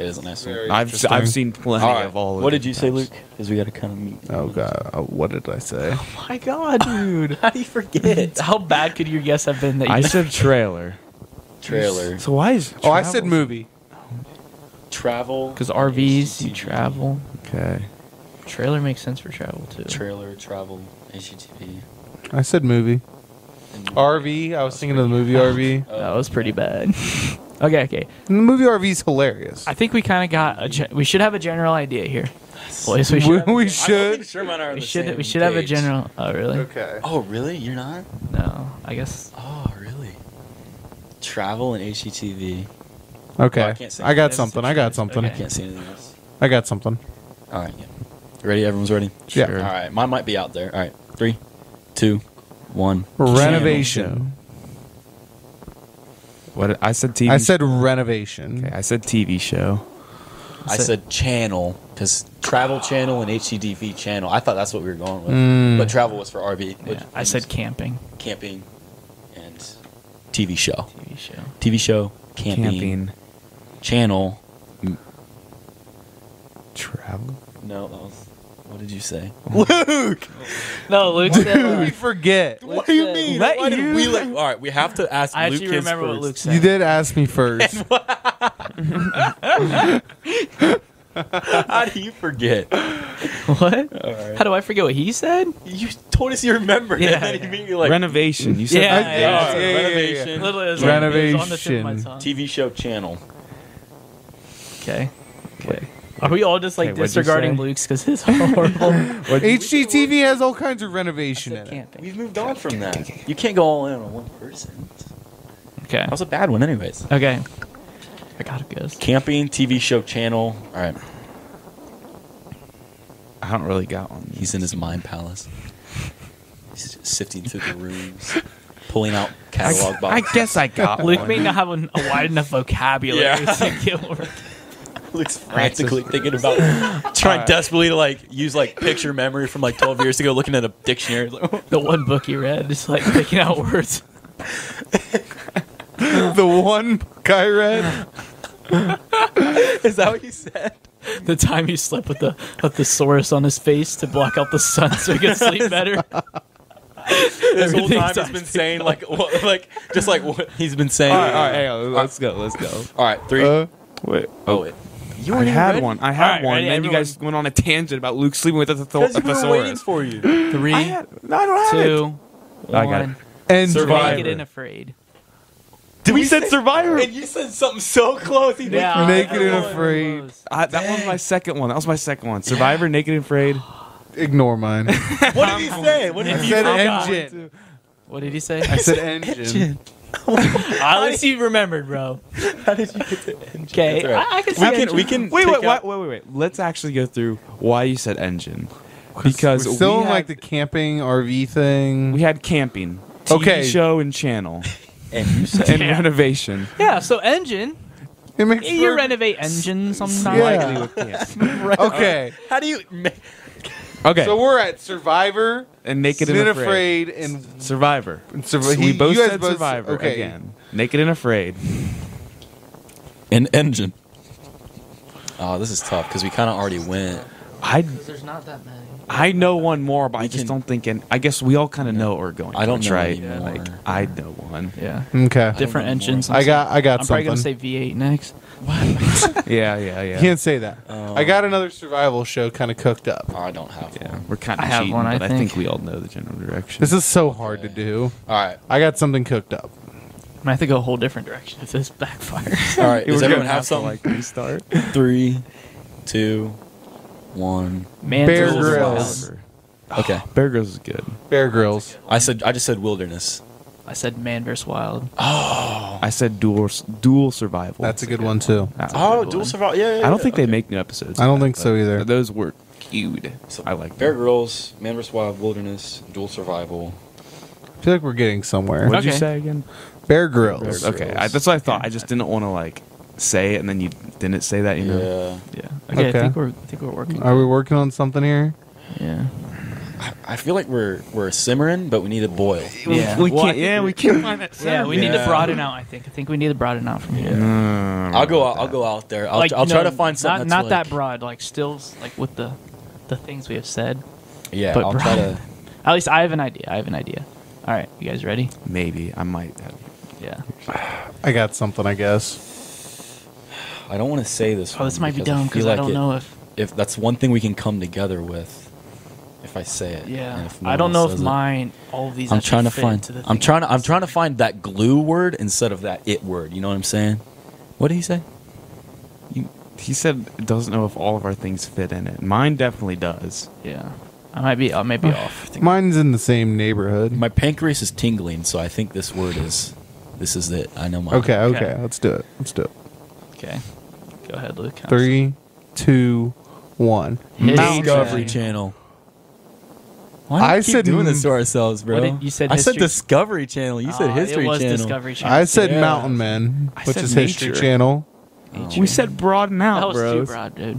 Speaker 1: It is a nice one.
Speaker 3: Very-
Speaker 2: I've s- I've
Speaker 3: Interesting.
Speaker 2: seen plenty of all. of
Speaker 1: what
Speaker 2: the
Speaker 1: did you say, Luke?
Speaker 2: types.
Speaker 1: Because we got to kind of meet.
Speaker 3: Oh god, uh, what did I say?
Speaker 4: Oh my god, dude!
Speaker 1: How do you forget?
Speaker 4: How bad could your guess have been that you
Speaker 2: I said trailer.
Speaker 1: Trailer.
Speaker 2: So why is
Speaker 3: Oh, I said movie.
Speaker 1: Travel.
Speaker 4: Because RVs, you travel.
Speaker 2: Okay,
Speaker 4: Trailer makes sense for travel too.
Speaker 1: Trailer, travel, HGTV.
Speaker 3: I said movie.
Speaker 1: and-
Speaker 3: RV. I was thinking of the movie RV.
Speaker 1: Oh.
Speaker 4: that was pretty bad. okay, okay.
Speaker 3: The movie RV is hilarious.
Speaker 4: I think we kind of got a. Gen- we should have a general idea here. Boys, we
Speaker 3: We,
Speaker 4: should. have-
Speaker 3: we
Speaker 1: I don't think
Speaker 3: should.
Speaker 1: Sherman are on
Speaker 4: We
Speaker 1: the
Speaker 4: should. We
Speaker 1: same
Speaker 4: should have a
Speaker 1: page.
Speaker 4: general. Oh really?
Speaker 3: Okay.
Speaker 1: Oh, really? You're not?
Speaker 4: No, I guess.
Speaker 1: Oh, really? Travel and HGTV.
Speaker 3: Okay.
Speaker 1: Oh, I can't say
Speaker 3: I got
Speaker 4: that.
Speaker 3: something. I got
Speaker 4: That's the
Speaker 3: something.
Speaker 1: I
Speaker 4: Okay.
Speaker 1: can't see anything else.
Speaker 3: I got something.
Speaker 1: All right. Yeah. Ready? Everyone's ready?
Speaker 3: Yeah.
Speaker 2: sure.
Speaker 1: All right. Mine might be out there. All right. Three, two, one.
Speaker 3: Renovation.
Speaker 2: What I said TV.
Speaker 3: I said renovation.
Speaker 2: Okay, I said TV show.
Speaker 1: I said channel because travel channel and HGTV channel. I thought that's what we were going with,
Speaker 3: Mm.
Speaker 1: but travel was for RV. which
Speaker 4: Yeah, I said
Speaker 1: is
Speaker 4: camping
Speaker 1: camping and TV show,
Speaker 4: TV show.
Speaker 1: TV show, camping,
Speaker 2: Camping.
Speaker 1: channel.
Speaker 2: Travel.
Speaker 1: No, that was. What did you say?
Speaker 4: No, Luke. uh,
Speaker 3: we forget.
Speaker 1: What do you
Speaker 4: said-
Speaker 1: mean?
Speaker 4: Let
Speaker 1: Why did
Speaker 4: you-
Speaker 1: we like- all right, we have to ask.
Speaker 4: I
Speaker 1: Luke
Speaker 4: actually
Speaker 1: his
Speaker 4: remember what
Speaker 1: first.
Speaker 4: Luke said.
Speaker 3: You did ask me first.
Speaker 1: How do you forget?
Speaker 4: What?
Speaker 1: All right.
Speaker 4: How do I forget what he said?
Speaker 1: You told us you remembered,
Speaker 4: Yeah,
Speaker 1: and then
Speaker 4: yeah.
Speaker 1: you immediately like
Speaker 2: Renovation. You said
Speaker 4: Yeah,
Speaker 2: that-
Speaker 4: yeah, yeah.
Speaker 1: all right,
Speaker 3: yeah, yeah, yeah.
Speaker 1: renovation,
Speaker 4: Literally, it was on- it was on the tip of my
Speaker 3: Renovation.
Speaker 4: tongue.
Speaker 1: TV show channel.
Speaker 4: Okay. Wait. Are we all just like
Speaker 2: Okay, what'd you
Speaker 4: disregarding
Speaker 2: say?
Speaker 4: Luke's because it's horrible?
Speaker 3: HGTV has all kinds of renovation in it.
Speaker 4: camping.
Speaker 1: We've moved on from that. You can't go all in on one person.
Speaker 4: Okay.
Speaker 1: That was a bad one, anyways.
Speaker 4: Okay. I gotta guess.
Speaker 1: Camping TV show channel. All right,
Speaker 2: I don't really got one.
Speaker 1: he's in his mind palace. He's sifting through the rooms, pulling out catalog
Speaker 2: I
Speaker 1: boxes.
Speaker 2: guess I got
Speaker 4: Luke
Speaker 2: one.
Speaker 4: may not have an- a wide enough vocabulary
Speaker 1: Yeah.
Speaker 4: to get work.
Speaker 1: Luke's frantically thinking about trying desperately to like use like picture memory from like 12 years ago, looking at a dictionary. Like,
Speaker 4: The one book you read, just like picking out words.
Speaker 3: the one book I read.
Speaker 1: Is that what you said?
Speaker 4: The time you slept with the a thesaurus on his face to block out the sun so he could sleep better.
Speaker 1: This whole
Speaker 4: Everything's
Speaker 1: time he's
Speaker 4: on
Speaker 1: been saying like, what, like just like what he's been saying.
Speaker 2: All right, all right, hang on. Let's go. Let's go.
Speaker 1: All right, three.
Speaker 3: Uh,
Speaker 2: Wait.
Speaker 1: oh wait, you
Speaker 2: I
Speaker 1: weren't even
Speaker 2: had
Speaker 1: ready?
Speaker 2: one. I had
Speaker 4: Alright,
Speaker 2: one.
Speaker 4: ready,
Speaker 2: and then you guys went on a tangent about Luke sleeping with a, th- a
Speaker 1: 'Cause we were waiting
Speaker 2: thesaurus.
Speaker 1: for you.
Speaker 4: Three,
Speaker 2: I had, no, I don't have
Speaker 4: two, one.
Speaker 2: I got it.
Speaker 3: and
Speaker 1: Survivor.
Speaker 4: Naked and afraid.
Speaker 2: it. we said Survivor.
Speaker 1: And you said something so close. He
Speaker 4: Yeah, I-
Speaker 3: Naked
Speaker 4: I
Speaker 3: and
Speaker 4: was
Speaker 3: Afraid.
Speaker 4: close.
Speaker 2: I, that was my second one. That was my second one. Survivor, Naked and Afraid.
Speaker 3: ignore mine.
Speaker 1: What did he say? What did
Speaker 3: I
Speaker 1: he
Speaker 3: said
Speaker 1: say?
Speaker 3: engine.
Speaker 4: What did he say?
Speaker 3: I said engine.
Speaker 4: At least you remembered, bro.
Speaker 1: How did you get to engine?
Speaker 4: Okay,
Speaker 1: That's all right.
Speaker 4: I, I can see
Speaker 1: We
Speaker 4: it.
Speaker 1: can we can
Speaker 2: Wait,
Speaker 1: take
Speaker 2: wait, wait,
Speaker 1: out-
Speaker 2: wait, wait, wait. Let's actually go through why you said engine. Because
Speaker 3: We're still
Speaker 2: we,
Speaker 3: in
Speaker 2: had,
Speaker 3: like the camping RV thing.
Speaker 2: we had camping, TV
Speaker 3: Okay.
Speaker 2: show and channel,
Speaker 1: And you said
Speaker 2: and renovation.
Speaker 4: Yeah, so engine.
Speaker 3: It makes
Speaker 4: You
Speaker 3: perfect-
Speaker 4: renovate engine sometimes.
Speaker 3: Yeah.
Speaker 2: Slightly with camp.
Speaker 3: Okay.
Speaker 1: how do you make
Speaker 2: Okay.
Speaker 3: So we're at Survivor
Speaker 2: and naked
Speaker 3: Sin
Speaker 2: and afraid.
Speaker 3: and
Speaker 2: Survivor.
Speaker 3: And Surv-
Speaker 2: So
Speaker 3: he-
Speaker 2: we both
Speaker 3: you guys
Speaker 2: said
Speaker 3: both-
Speaker 2: Survivor
Speaker 3: okay.
Speaker 2: again. Naked and afraid.
Speaker 1: An engine. Oh, this is tough because we kind of already went.
Speaker 2: I
Speaker 4: There's not that many.
Speaker 2: I know one more, but I
Speaker 1: You
Speaker 2: just
Speaker 1: can-
Speaker 2: don't think. And I guess we all kind of know what we're going.
Speaker 1: I don't
Speaker 2: towards,
Speaker 1: know
Speaker 2: right.
Speaker 1: anymore.
Speaker 2: Like I know one.
Speaker 4: Yeah.
Speaker 3: okay.
Speaker 1: Diff-
Speaker 4: Different
Speaker 1: know
Speaker 4: engines.
Speaker 1: more.
Speaker 4: and
Speaker 3: I got-
Speaker 4: stuff.
Speaker 3: I got
Speaker 4: I'm probably gonna say
Speaker 3: something.
Speaker 4: V8 next.
Speaker 2: yeah, yeah, yeah.
Speaker 3: Can't say that.
Speaker 1: Um,
Speaker 3: I got another survival show kind of cooked up.
Speaker 1: oh, I don't have
Speaker 2: Yeah,
Speaker 1: one.
Speaker 2: we're kind
Speaker 4: I
Speaker 2: of
Speaker 4: have
Speaker 2: cheating,
Speaker 4: one, I
Speaker 2: but I think
Speaker 4: think.
Speaker 2: we all know the general direction.
Speaker 3: This is so hard to do.
Speaker 1: All right.
Speaker 3: I got something cooked up.
Speaker 4: I might have to go a whole different direction if this backfires.
Speaker 1: All right. Does
Speaker 2: We're
Speaker 1: everyone
Speaker 2: gonna
Speaker 1: have
Speaker 2: to,
Speaker 1: something?
Speaker 2: like restart?
Speaker 1: Three, two, one.
Speaker 4: Man,
Speaker 3: Bear
Speaker 4: Tools is
Speaker 3: Grylls.
Speaker 4: wild.
Speaker 1: Okay.
Speaker 2: Bear Grylls is good.
Speaker 3: Bear Grylls.
Speaker 1: I said I just said wilderness.
Speaker 4: I said man versus wild.
Speaker 2: I said dual dual survival.
Speaker 3: Oh. That's a good one too.
Speaker 2: That's a
Speaker 4: Oh,
Speaker 2: good one.
Speaker 1: survival. Yeah,
Speaker 2: Oh, I don't think they make new episodes.
Speaker 3: I
Speaker 2: of
Speaker 3: don't
Speaker 2: that,
Speaker 3: think so
Speaker 2: but
Speaker 3: either.
Speaker 2: Those were cute. I like
Speaker 1: Bear
Speaker 2: them.
Speaker 1: Grylls, Man vs. Wild, Wilderness, Dual Survival.
Speaker 3: I feel like we're getting somewhere.
Speaker 2: What did you
Speaker 4: Okay.
Speaker 2: say again?
Speaker 3: Bear Grylls.
Speaker 1: Bear
Speaker 2: Okay,
Speaker 1: Grylls.
Speaker 2: I, that's what I thought. I just didn't want to like say it, and then you didn't say that. You know,
Speaker 1: Yeah,
Speaker 4: Yeah. Okay.
Speaker 3: Okay.
Speaker 4: I think we're I think we're working.
Speaker 3: Are we working on something here?
Speaker 4: yeah.
Speaker 1: I, I feel like we're we're simmering, but we need to boil.
Speaker 4: Yeah.
Speaker 2: we
Speaker 4: Well, I
Speaker 2: can't.
Speaker 4: think
Speaker 2: Yeah, we can't find that.
Speaker 4: Yeah, we need to
Speaker 1: Yeah.
Speaker 4: broaden out. I think. I think we need to broaden out from here.
Speaker 1: I'll go. Out, I'll go out there. I'll, I'll
Speaker 4: no,
Speaker 1: try to find something.
Speaker 4: Not,
Speaker 1: that's
Speaker 4: not
Speaker 1: like-
Speaker 4: that broad. Like still, like with the, the things we have said.
Speaker 1: Yeah,
Speaker 4: but
Speaker 1: I'll
Speaker 4: broad.
Speaker 1: try to.
Speaker 4: At least I have an idea. I have an idea. All right, you guys ready?
Speaker 2: Maybe I might. Have,
Speaker 4: Yeah.
Speaker 3: I got something, I guess.
Speaker 1: I don't want to say this.
Speaker 4: Oh, this
Speaker 1: one
Speaker 4: might be
Speaker 1: because
Speaker 4: dumb
Speaker 1: feel
Speaker 4: because I
Speaker 1: like
Speaker 4: don't
Speaker 1: it-
Speaker 4: know if.
Speaker 1: if that's one thing we can come together with. If I say it, and
Speaker 4: Yeah.
Speaker 1: if no
Speaker 4: I don't
Speaker 1: one
Speaker 4: know if
Speaker 1: says it.
Speaker 4: mine. All of these.
Speaker 1: I'm
Speaker 4: actually
Speaker 1: trying to
Speaker 4: fit
Speaker 1: find.
Speaker 4: To the
Speaker 1: I'm
Speaker 4: thing.
Speaker 1: trying to. I'm trying to find that glue word instead of that it word. You know what I'm saying? What did he say?
Speaker 2: you, he said it doesn't know if all of our things fit in it. Mine definitely does.
Speaker 4: Yeah. I might be. I might be off. I think-
Speaker 3: Mine's in the same neighborhood.
Speaker 1: My pancreas is tingling, so I think this word is. This is it. I know my.
Speaker 3: Okay, okay,
Speaker 4: Okay.
Speaker 3: let's do it. Let's do it.
Speaker 4: Okay. Go ahead, Luke. I'm
Speaker 3: Three, two, one.
Speaker 4: Hidden
Speaker 1: Discovery
Speaker 4: Mountain.
Speaker 1: Channel. Why do we
Speaker 3: I
Speaker 1: keep
Speaker 3: said
Speaker 1: doing
Speaker 3: m-
Speaker 1: this to ourselves, bro?
Speaker 4: What did- you said
Speaker 1: I said
Speaker 4: history-
Speaker 1: Discovery Channel. You said
Speaker 4: Uh,
Speaker 1: History
Speaker 4: it was
Speaker 1: Channel.
Speaker 4: Discovery Channel.
Speaker 3: I said
Speaker 1: Yeah.
Speaker 3: Mountain Man,
Speaker 2: I
Speaker 3: which
Speaker 2: said
Speaker 3: is History
Speaker 2: nature.
Speaker 3: Channel.
Speaker 2: We said broaden out,
Speaker 4: Oh. that was
Speaker 2: bros.
Speaker 4: too broad, dude.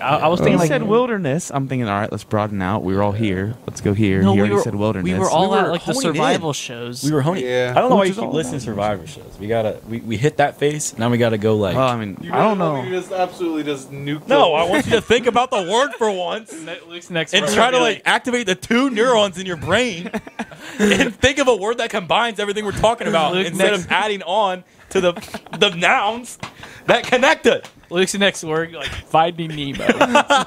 Speaker 4: I, I was
Speaker 2: He
Speaker 4: thinking like
Speaker 2: said wilderness. I'm thinking, all right, let's broaden out. We were all here. Let's go here.
Speaker 4: No,
Speaker 2: he
Speaker 4: we
Speaker 2: already
Speaker 4: were,
Speaker 2: said wilderness.
Speaker 4: We were all
Speaker 1: We
Speaker 4: at
Speaker 1: were
Speaker 4: like the
Speaker 1: honing in.
Speaker 4: survival shows.
Speaker 1: We were honing.
Speaker 3: Yeah.
Speaker 1: I don't know why
Speaker 2: Which
Speaker 1: you
Speaker 2: is
Speaker 1: keep
Speaker 2: all
Speaker 1: listening to
Speaker 2: about-
Speaker 1: Survivor shows. We gotta. We, we hit that phase. Now we gotta go like.
Speaker 2: Well, Oh, I mean, I don't know.
Speaker 3: just absolutely just nuked.
Speaker 1: no, I want you to think about the word for once.
Speaker 4: Luke's next.
Speaker 1: and try to like activate the two neurons in your brain and think of a word that combines everything we're talking about
Speaker 4: Luke,
Speaker 1: instead of
Speaker 4: next-
Speaker 1: adding on to the the nouns that connect it.
Speaker 4: Luke's next word like Finding Nemo.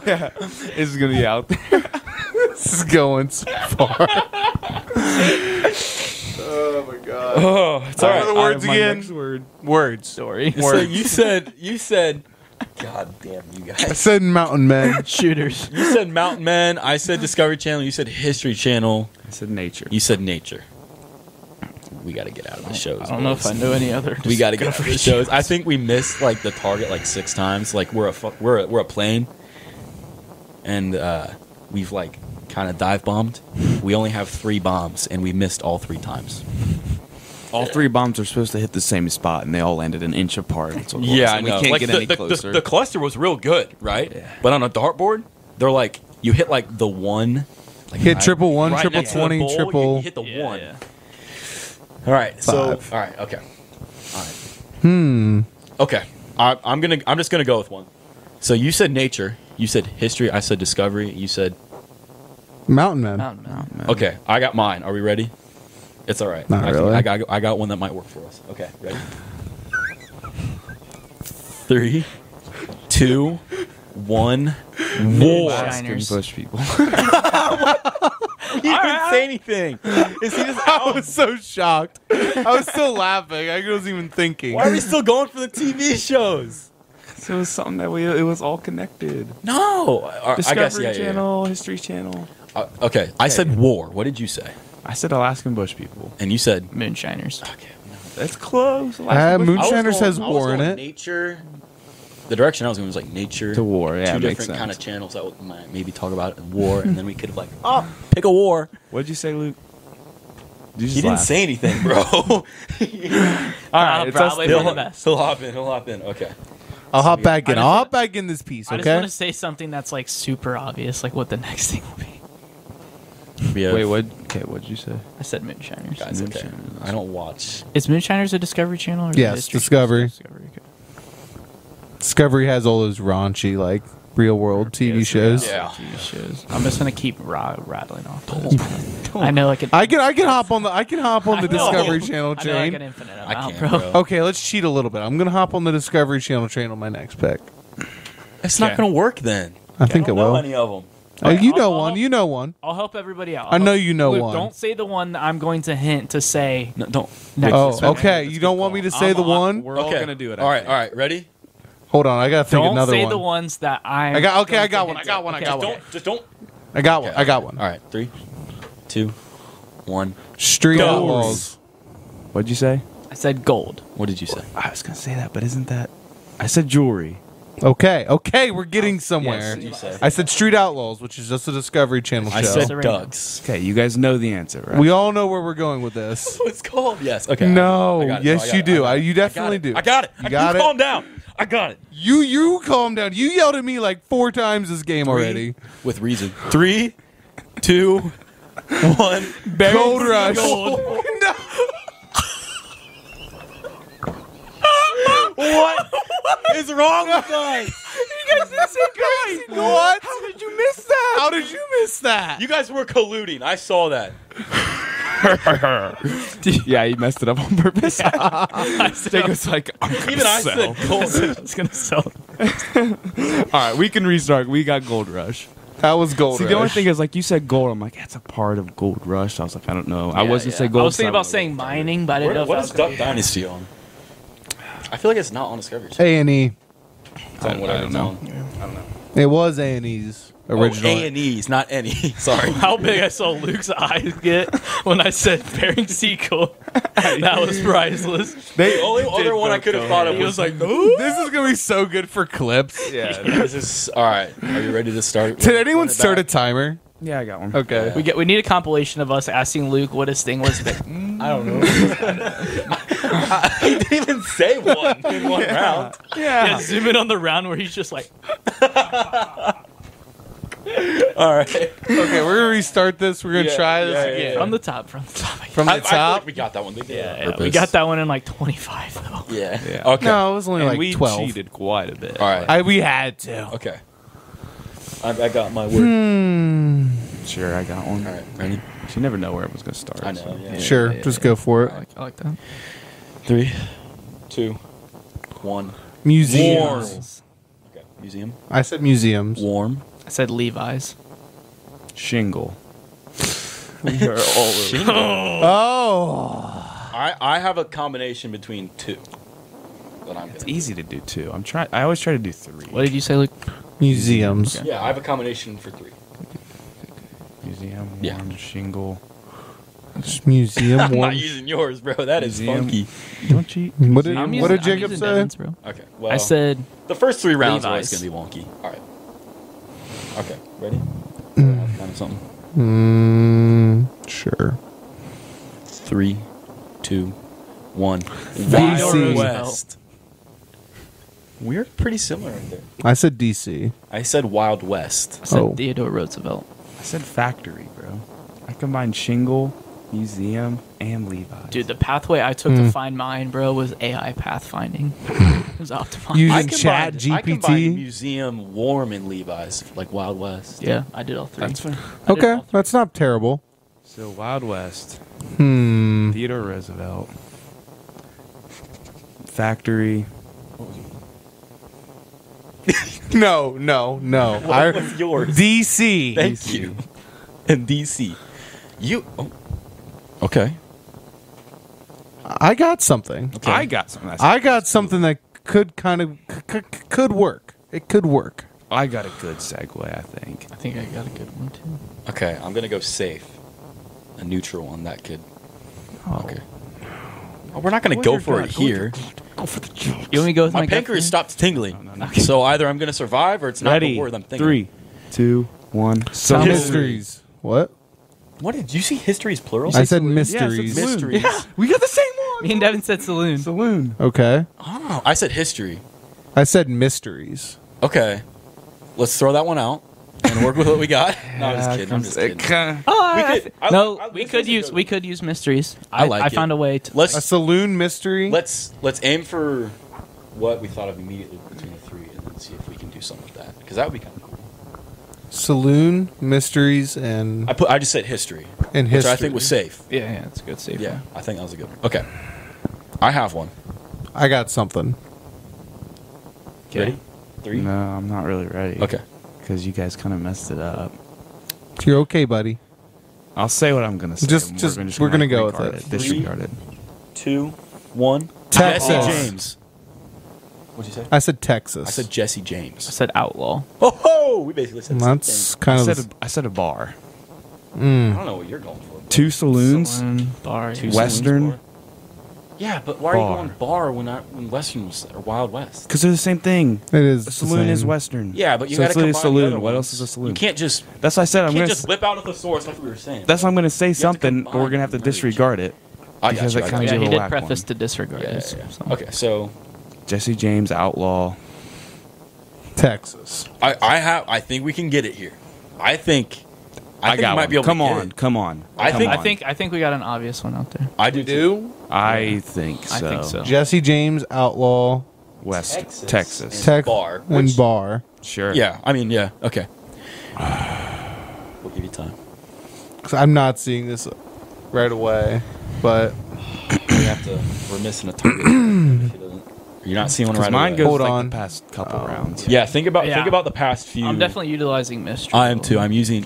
Speaker 2: This is gonna be out. there.
Speaker 3: This is going so far. oh my god.
Speaker 1: Oh, it's all
Speaker 3: What are the
Speaker 1: right.
Speaker 3: words again? Words.
Speaker 4: Story.
Speaker 1: So you said you said, God damn you
Speaker 3: I
Speaker 1: guys!
Speaker 3: said Mountain Man.
Speaker 4: Shooters.
Speaker 1: You said Mountain Man. I said Discovery Channel. You said History Channel.
Speaker 2: I said nature.
Speaker 1: You said Nature. We got to get out of the shows.
Speaker 4: I don't know if I
Speaker 1: boys.
Speaker 4: know any other.
Speaker 1: we got to get
Speaker 4: Discovery
Speaker 1: free shows. I think we missed like the target like six times. Like we're a fu- we're a, we're a plane, and uh, we've like kind of dive bombed. We only have three bombs, and we missed all three times.
Speaker 2: All three bombs are supposed to hit the same spot, and they all landed an inch apart. That's what it was. And we can't
Speaker 1: Like,
Speaker 2: get
Speaker 1: the,
Speaker 2: any
Speaker 1: the- the-
Speaker 2: closer.
Speaker 1: The, cluster was real good, right? But on a dartboard, they're like you hit like the one. Like
Speaker 3: Hit
Speaker 1: right-
Speaker 3: triple one, triple
Speaker 1: next to the
Speaker 3: 20,
Speaker 1: bowl, you-
Speaker 3: triple-
Speaker 1: You, hit the
Speaker 4: Yeah,
Speaker 1: one.
Speaker 4: yeah.
Speaker 1: All right. So
Speaker 3: Five.
Speaker 1: all right. Okay. All right.
Speaker 3: hmm.
Speaker 1: Okay, I, I'm gonna. I'm just gonna go with one. So you said nature. You said history. I said discovery. You said
Speaker 3: Mountain Man.
Speaker 4: Mountain Mountain.
Speaker 2: Oh, man.
Speaker 1: okay. I got mine. Are we ready? It's all right.
Speaker 3: Not
Speaker 1: I,
Speaker 3: really.
Speaker 1: I got. I got one that might work for us. Okay, ready. Three, two, one. War.
Speaker 4: Moonshine.
Speaker 2: Asking
Speaker 4: Shiners.
Speaker 2: Bush people.
Speaker 1: You didn't say anything. Is he just
Speaker 3: I was so shocked. I was still laughing. I wasn't even thinking.
Speaker 1: Why are we still going for the TV shows?
Speaker 2: so it was something that we it was all connected.
Speaker 1: No. I- I guess-
Speaker 2: Discovery
Speaker 1: yeah, yeah, yeah.
Speaker 2: Channel, History Channel.
Speaker 1: Uh, okay, I said war. What did you say?
Speaker 2: I said Alaskan Bush people.
Speaker 1: And you said.
Speaker 4: Moonshiners.
Speaker 1: Okay.
Speaker 2: That's close.
Speaker 3: Uh,
Speaker 2: Alaskan Bush
Speaker 3: moon-
Speaker 1: I was
Speaker 3: Shiner
Speaker 1: going-
Speaker 3: says
Speaker 1: I was
Speaker 3: war in
Speaker 1: going
Speaker 3: it.
Speaker 1: Nature. The direction I was going was like nature
Speaker 2: to war. Yeah,
Speaker 1: two
Speaker 2: it makes
Speaker 1: different
Speaker 2: sense.
Speaker 1: kind of channels that would might maybe talk about war, and then we could have like, oh, pick a war.
Speaker 2: What'd you say, Luke? Did you
Speaker 1: He
Speaker 2: just
Speaker 1: didn't
Speaker 2: laugh?
Speaker 1: say anything, bro.
Speaker 4: All right,
Speaker 2: it's us
Speaker 4: probably
Speaker 2: still-
Speaker 4: for the best.
Speaker 1: he'll hop in. He'll hop in. Okay.
Speaker 3: I'll hop back in.
Speaker 4: just
Speaker 3: I'll
Speaker 4: wanna-
Speaker 3: hop back in this piece.
Speaker 4: I just want
Speaker 3: Okay.
Speaker 4: to say something that's like super obvious, like what the next thing will be.
Speaker 1: We have-
Speaker 2: Wait, what? Okay, what'd you say?
Speaker 4: I said Moonshiners.
Speaker 1: Guys, okay.
Speaker 2: Moonshiners.
Speaker 1: I don't watch.
Speaker 4: Is Moonshiners a Discovery Channel? Or is it
Speaker 3: Yes,
Speaker 4: History
Speaker 3: Discovery.
Speaker 4: Channel? Discovery. okay.
Speaker 3: Discovery has all those raunchy like real world TV shows.
Speaker 1: Yeah.
Speaker 4: TV shows. I'm just gonna keep ra- rattling off. those. I know like an
Speaker 3: I can I can hop on the I can hop on
Speaker 4: I
Speaker 3: the
Speaker 4: know.
Speaker 3: Discovery Channel
Speaker 4: I know like an
Speaker 3: train.
Speaker 4: infinite
Speaker 1: I
Speaker 4: amount,
Speaker 1: can't,
Speaker 4: bro.
Speaker 1: bro.
Speaker 3: Okay, let's cheat a little bit. I'm gonna hop on the Discovery Channel train on my next pick.
Speaker 1: It's
Speaker 4: Okay.
Speaker 1: not going to work then.
Speaker 3: I think it
Speaker 1: don't know
Speaker 3: will.
Speaker 1: Any of them?
Speaker 3: Oh, you know
Speaker 4: I'll-
Speaker 3: one. You know one.
Speaker 4: I'll help everybody out.
Speaker 3: I know
Speaker 4: I'll-
Speaker 3: you know
Speaker 4: Luke,
Speaker 3: one.
Speaker 4: Don't say the one that I'm going to hint to say.
Speaker 1: No, don't.
Speaker 4: Next
Speaker 3: Oh,
Speaker 4: is right.
Speaker 3: okay. You don't want me to say the one?
Speaker 2: We're all gonna do it.
Speaker 1: All right, all right. Ready?
Speaker 3: Hold on, I gotta think
Speaker 4: Don't
Speaker 3: another
Speaker 4: say
Speaker 3: one.
Speaker 4: the ones that I'm.
Speaker 3: I got- okay,
Speaker 4: going
Speaker 3: I got
Speaker 4: to
Speaker 3: one, I
Speaker 4: hint
Speaker 3: got
Speaker 4: at.
Speaker 3: one, I
Speaker 4: Okay,
Speaker 3: got
Speaker 4: okay.
Speaker 3: one.
Speaker 1: Don't. Just don't.
Speaker 3: I got one. I got one.
Speaker 1: All right. Three, two, one.
Speaker 3: Street
Speaker 1: Goals.
Speaker 3: Outlaws.
Speaker 2: What'd you say?
Speaker 4: I said gold.
Speaker 1: What did you say?
Speaker 2: I was gonna say that, but isn't that? I said jewelry.
Speaker 3: Okay, okay, we're getting somewhere.
Speaker 1: you said-
Speaker 3: I said Street Outlaws, which is just a Discovery Channel show.
Speaker 1: I said
Speaker 4: Serena.
Speaker 1: ducks.
Speaker 2: Okay, you guys know the answer, right?
Speaker 3: we all know where we're going with this.
Speaker 1: What's called? Yes. Okay.
Speaker 3: No,
Speaker 1: I got it,
Speaker 3: yes,
Speaker 1: I got
Speaker 3: you
Speaker 1: it,
Speaker 3: do.
Speaker 1: got
Speaker 3: I-
Speaker 1: it,
Speaker 3: you
Speaker 1: I got
Speaker 3: definitely
Speaker 1: it,
Speaker 3: do.
Speaker 1: I got it.
Speaker 3: You
Speaker 1: I-
Speaker 3: got it?
Speaker 1: Calm down. I got it.
Speaker 3: You you calm down. You yelled at me like four times this game already.
Speaker 1: With reason. Three, two, one.
Speaker 3: Gold Rush. no.
Speaker 1: What is wrong with us?
Speaker 3: What? How did you miss that? How did you miss that?
Speaker 1: You guys were colluding. I saw that.
Speaker 2: yeah, you messed it up on purpose. Jacob's like, I'm gonna
Speaker 1: Even I
Speaker 2: sell.
Speaker 1: said gold.
Speaker 4: It's gonna sell.
Speaker 2: All right, we can restart. We got Gold Rush.
Speaker 3: that was Gold
Speaker 2: See,
Speaker 3: Rush.
Speaker 2: the only thing is, like, you said gold. I'm like, that's a part of Gold Rush. I was like, I don't know. I
Speaker 1: Yeah,
Speaker 2: wasn't
Speaker 1: yeah.
Speaker 2: say
Speaker 1: I
Speaker 2: gold.
Speaker 4: I was thinking
Speaker 2: so I
Speaker 4: about
Speaker 2: don't
Speaker 4: saying mining, but I didn't know
Speaker 1: Where-
Speaker 4: if that was
Speaker 1: What is
Speaker 4: gonna
Speaker 1: Duck
Speaker 4: be-
Speaker 1: Dynasty on? I feel like it's not on Discovery. Channel.
Speaker 3: A and E.
Speaker 1: It's on whatever
Speaker 2: I
Speaker 1: it's
Speaker 2: don't
Speaker 1: on.
Speaker 3: It was A and E's original.
Speaker 1: Oh, A and E's, not E. any. Sorry.
Speaker 4: How big I saw Luke's eyes get when I said Bering Sequel. that was priceless.
Speaker 1: the only other one I could have thought of was like,
Speaker 4: ooh.
Speaker 3: this is gonna be so good for clips.
Speaker 2: Yeah,
Speaker 1: this is all right. Are you ready to start?
Speaker 3: Did anyone start a
Speaker 1: it?
Speaker 3: timer?
Speaker 2: yeah, I got one.
Speaker 3: Okay.
Speaker 4: We get we need a compilation of us asking Luke what his thing was. But
Speaker 1: I don't know. he didn't even say one in one round.
Speaker 4: yeah, zoom in on the round where he's just like,
Speaker 1: All right.
Speaker 3: Okay, we're gonna restart this. We're gonna
Speaker 1: Yeah,
Speaker 3: try this
Speaker 1: yeah,
Speaker 3: again.
Speaker 1: yeah.
Speaker 4: from the top, from the top.
Speaker 3: From
Speaker 1: I, I
Speaker 3: the
Speaker 1: feel
Speaker 3: top.
Speaker 1: like we got that one. They did
Speaker 4: yeah,
Speaker 1: it on
Speaker 4: yeah, we
Speaker 1: purpose.
Speaker 4: got that one in like 25 though.
Speaker 1: Yeah.
Speaker 2: Yeah.
Speaker 1: Okay.
Speaker 3: No, it was only
Speaker 2: And
Speaker 3: like
Speaker 2: we
Speaker 3: twelve.
Speaker 2: cheated quite a bit.
Speaker 1: All right.
Speaker 3: I, we had to.
Speaker 1: okay. I, I got my word.
Speaker 3: Hmm.
Speaker 2: Sure, I got one.
Speaker 1: All right. Ready?
Speaker 2: You never know where it was gonna start.
Speaker 1: I know.
Speaker 2: so-
Speaker 1: Yeah.
Speaker 3: Sure, just go for it.
Speaker 4: I like that.
Speaker 1: Three, two, one.
Speaker 3: Museums.
Speaker 1: Warm. Okay. Museum.
Speaker 3: I said museums.
Speaker 1: Warm.
Speaker 4: I said Levi's.
Speaker 2: Shingle. You're all over.
Speaker 3: Oh,
Speaker 1: I, I have a combination between two. That I'm
Speaker 2: It's
Speaker 1: gonna.
Speaker 2: easy to do two. I'm try. I always try to do three.
Speaker 4: What did you say, Luke?
Speaker 3: museums.
Speaker 1: Yeah, I have a combination for three.
Speaker 2: Museum warm
Speaker 1: Yeah.
Speaker 2: shingle.
Speaker 3: Just museum
Speaker 1: I'm not
Speaker 3: one.
Speaker 1: using yours, bro. That is
Speaker 2: Museum.
Speaker 1: funky.
Speaker 2: Don't cheat.
Speaker 3: What did,
Speaker 4: I'm using-
Speaker 3: what did
Speaker 4: I'm
Speaker 3: Jacob
Speaker 4: using
Speaker 3: say?
Speaker 4: Devon's, bro.
Speaker 1: Okay. Well,
Speaker 4: I said
Speaker 1: the first three rounds are always
Speaker 4: Levi's.
Speaker 1: gonna be wonky. All right. Okay. Ready? Kind of something.
Speaker 3: Mm, sure.
Speaker 1: Three, two, one.
Speaker 3: DC.
Speaker 1: Wild West. We're pretty similar right there.
Speaker 3: I said DC.
Speaker 1: I said Wild West.
Speaker 4: I said
Speaker 3: Oh.
Speaker 4: Theodore Roosevelt.
Speaker 2: I said factory, bro. I combined shingle, museum, and Levi's.
Speaker 4: Dude, the pathway I took
Speaker 3: Mm.
Speaker 4: to find mine, bro, was AI pathfinding. it was optimized.
Speaker 3: Hmm. You-
Speaker 1: I
Speaker 3: Using
Speaker 1: combined-
Speaker 3: ChatGPT?
Speaker 1: I combined museum warm and Levi's like Wild West.
Speaker 4: yeah, I did all three.
Speaker 2: That's fair.
Speaker 4: I did
Speaker 3: Okay,
Speaker 4: all three.
Speaker 3: that's not terrible.
Speaker 2: So Wild West,
Speaker 3: Hmm.
Speaker 2: Theodore Roosevelt, factory.
Speaker 3: No, no, no. I-
Speaker 1: What was yours?
Speaker 3: DC.
Speaker 1: Thank
Speaker 2: DC.
Speaker 1: you. And DC. You. Oh. Okay.
Speaker 3: I got something.
Speaker 1: Okay.
Speaker 2: I got something. I,
Speaker 3: I got something that could kind of c- c- could work. It could work.
Speaker 2: I got a good segue. I think.
Speaker 4: I think I got a good one too.
Speaker 1: Okay, I'm gonna go safe. A neutral one that could. Okay. Oh, we're not gonna
Speaker 2: Go
Speaker 1: go
Speaker 2: with your
Speaker 1: for
Speaker 2: gut,
Speaker 1: it
Speaker 2: go with
Speaker 1: here.
Speaker 2: Go for the jump.
Speaker 4: You want me to go with my,
Speaker 1: My pancreas stopped tingling.
Speaker 2: No, no, no.
Speaker 1: So either I'm gonna survive or it's not
Speaker 2: Ready?
Speaker 1: the word I'm thinking.
Speaker 2: Three, two, one. So
Speaker 3: Mysteries. What?
Speaker 1: What did you see? History is plural.
Speaker 3: I said
Speaker 2: Mysteries.
Speaker 3: mysteries.
Speaker 1: mysteries.
Speaker 2: We got the same one.
Speaker 4: Me and Devin said saloon.
Speaker 2: Saloon.
Speaker 3: Okay.
Speaker 1: Oh, I said history.
Speaker 3: I said mysteries.
Speaker 1: Okay, let's throw that one out and work with what we got. No, I'm just
Speaker 2: Uh,
Speaker 1: kidding. I'm
Speaker 2: comes-
Speaker 1: just
Speaker 2: it
Speaker 1: kidding.
Speaker 2: kinda-
Speaker 4: Oh,
Speaker 1: We
Speaker 4: I- I-
Speaker 1: could- I-
Speaker 4: no,
Speaker 1: I-
Speaker 4: we
Speaker 1: this
Speaker 4: could
Speaker 1: is a
Speaker 4: use
Speaker 1: good-
Speaker 4: we could use mysteries.
Speaker 1: I like
Speaker 4: I
Speaker 1: it.
Speaker 4: found a way. To,
Speaker 3: A
Speaker 1: Let's
Speaker 3: saloon mystery.
Speaker 1: let's let's aim for what we thought of immediately between the three, and then see if we can do something with that because that would be kind of cool.
Speaker 3: saloon mysteries and
Speaker 1: I put I just said history,
Speaker 3: and
Speaker 1: which
Speaker 3: history.
Speaker 1: I think was safe.
Speaker 4: yeah, yeah, that's a good save.
Speaker 1: Yeah, I think that was a good one. Okay, I have one.
Speaker 3: I got something.
Speaker 4: Okay.
Speaker 1: Ready? Three.
Speaker 2: No, I'm not really ready.
Speaker 1: Okay.
Speaker 2: Because you guys kind of messed it up.
Speaker 3: You're okay, buddy.
Speaker 2: I'll say what I'm gonna say.
Speaker 3: Just-
Speaker 2: and
Speaker 3: just-
Speaker 2: gonna-
Speaker 3: we're gonna
Speaker 2: like,
Speaker 3: go with
Speaker 2: regard
Speaker 3: it.
Speaker 2: Disregard it.
Speaker 1: Two. One.
Speaker 3: Texas.
Speaker 1: Jesse James. What'd you say?
Speaker 3: I said Texas.
Speaker 1: I said Jesse
Speaker 4: I
Speaker 1: James.
Speaker 4: said outlaw.
Speaker 1: Oh ho! We basically said the same
Speaker 3: That's kind
Speaker 2: I
Speaker 3: of.
Speaker 2: said,
Speaker 3: the-
Speaker 2: a, I said a bar.
Speaker 1: thing. I
Speaker 3: mm.
Speaker 1: don't know what you're going for. but-
Speaker 2: Two saloons.
Speaker 4: Saloon, bar.
Speaker 1: Two
Speaker 4: yeah.
Speaker 1: saloons
Speaker 2: Western?
Speaker 1: bar. Yeah, but why
Speaker 2: Bar.
Speaker 1: are you going bar when I, when Western was or Wild West?
Speaker 2: Because they're the same thing.
Speaker 3: It is
Speaker 2: A
Speaker 3: the
Speaker 2: saloon is
Speaker 3: same.
Speaker 2: Western.
Speaker 1: Yeah, but you
Speaker 2: so
Speaker 1: gotta
Speaker 2: it's literally a
Speaker 1: combine the
Speaker 2: saloon.
Speaker 1: other
Speaker 2: what
Speaker 1: ones.
Speaker 2: else is a saloon?
Speaker 1: You can't just
Speaker 2: That's what I said.
Speaker 1: you
Speaker 2: I'm
Speaker 1: can't
Speaker 2: gonna.
Speaker 1: just
Speaker 2: s-
Speaker 1: whip out a thesaurus. That's what we were saying.
Speaker 2: That's why I'm gonna say something, but we're
Speaker 1: combine
Speaker 2: gonna have to
Speaker 1: them.
Speaker 2: disregard it.
Speaker 1: I got
Speaker 2: because
Speaker 1: you,
Speaker 2: it
Speaker 1: I
Speaker 2: kinda
Speaker 1: got
Speaker 4: Yeah,
Speaker 2: gave
Speaker 4: he
Speaker 2: a
Speaker 4: did
Speaker 2: whack
Speaker 4: preface
Speaker 2: one.
Speaker 4: to disregard.
Speaker 1: Yeah,
Speaker 4: this,
Speaker 1: yeah, yeah.
Speaker 4: so.
Speaker 1: Okay, so
Speaker 2: Jesse James, Outlaw.
Speaker 3: Texas.
Speaker 1: I, I have I think we can get it here. I think I,
Speaker 2: I,
Speaker 1: think
Speaker 2: got
Speaker 1: we might
Speaker 2: one.
Speaker 1: be able
Speaker 2: come
Speaker 1: to get
Speaker 2: on,
Speaker 1: it.
Speaker 2: come on.
Speaker 1: I
Speaker 2: come
Speaker 1: think-
Speaker 2: on.
Speaker 4: I think I think we got an obvious one out there.
Speaker 1: I do. too.
Speaker 2: I think so.
Speaker 4: I think so.
Speaker 3: Jesse James Outlaw
Speaker 2: West Texas.
Speaker 1: and
Speaker 3: Tex-
Speaker 1: bar.
Speaker 3: and
Speaker 1: which-
Speaker 3: Bar.
Speaker 2: Sure.
Speaker 1: Yeah, I mean, yeah. Okay. we'll give you time.
Speaker 3: 'Cause I'm not seeing this right away, but
Speaker 1: We have to. We're missing a target. If you don't- You're not seeing one
Speaker 2: Because
Speaker 1: right
Speaker 2: mine
Speaker 1: away.
Speaker 2: goes
Speaker 3: Hold
Speaker 2: like
Speaker 3: on.
Speaker 2: the past couple rounds.
Speaker 1: Oh. Yeah, think about
Speaker 4: Yeah.
Speaker 1: think about the past few.
Speaker 4: I'm definitely utilizing mystery.
Speaker 1: I am too. I'm using.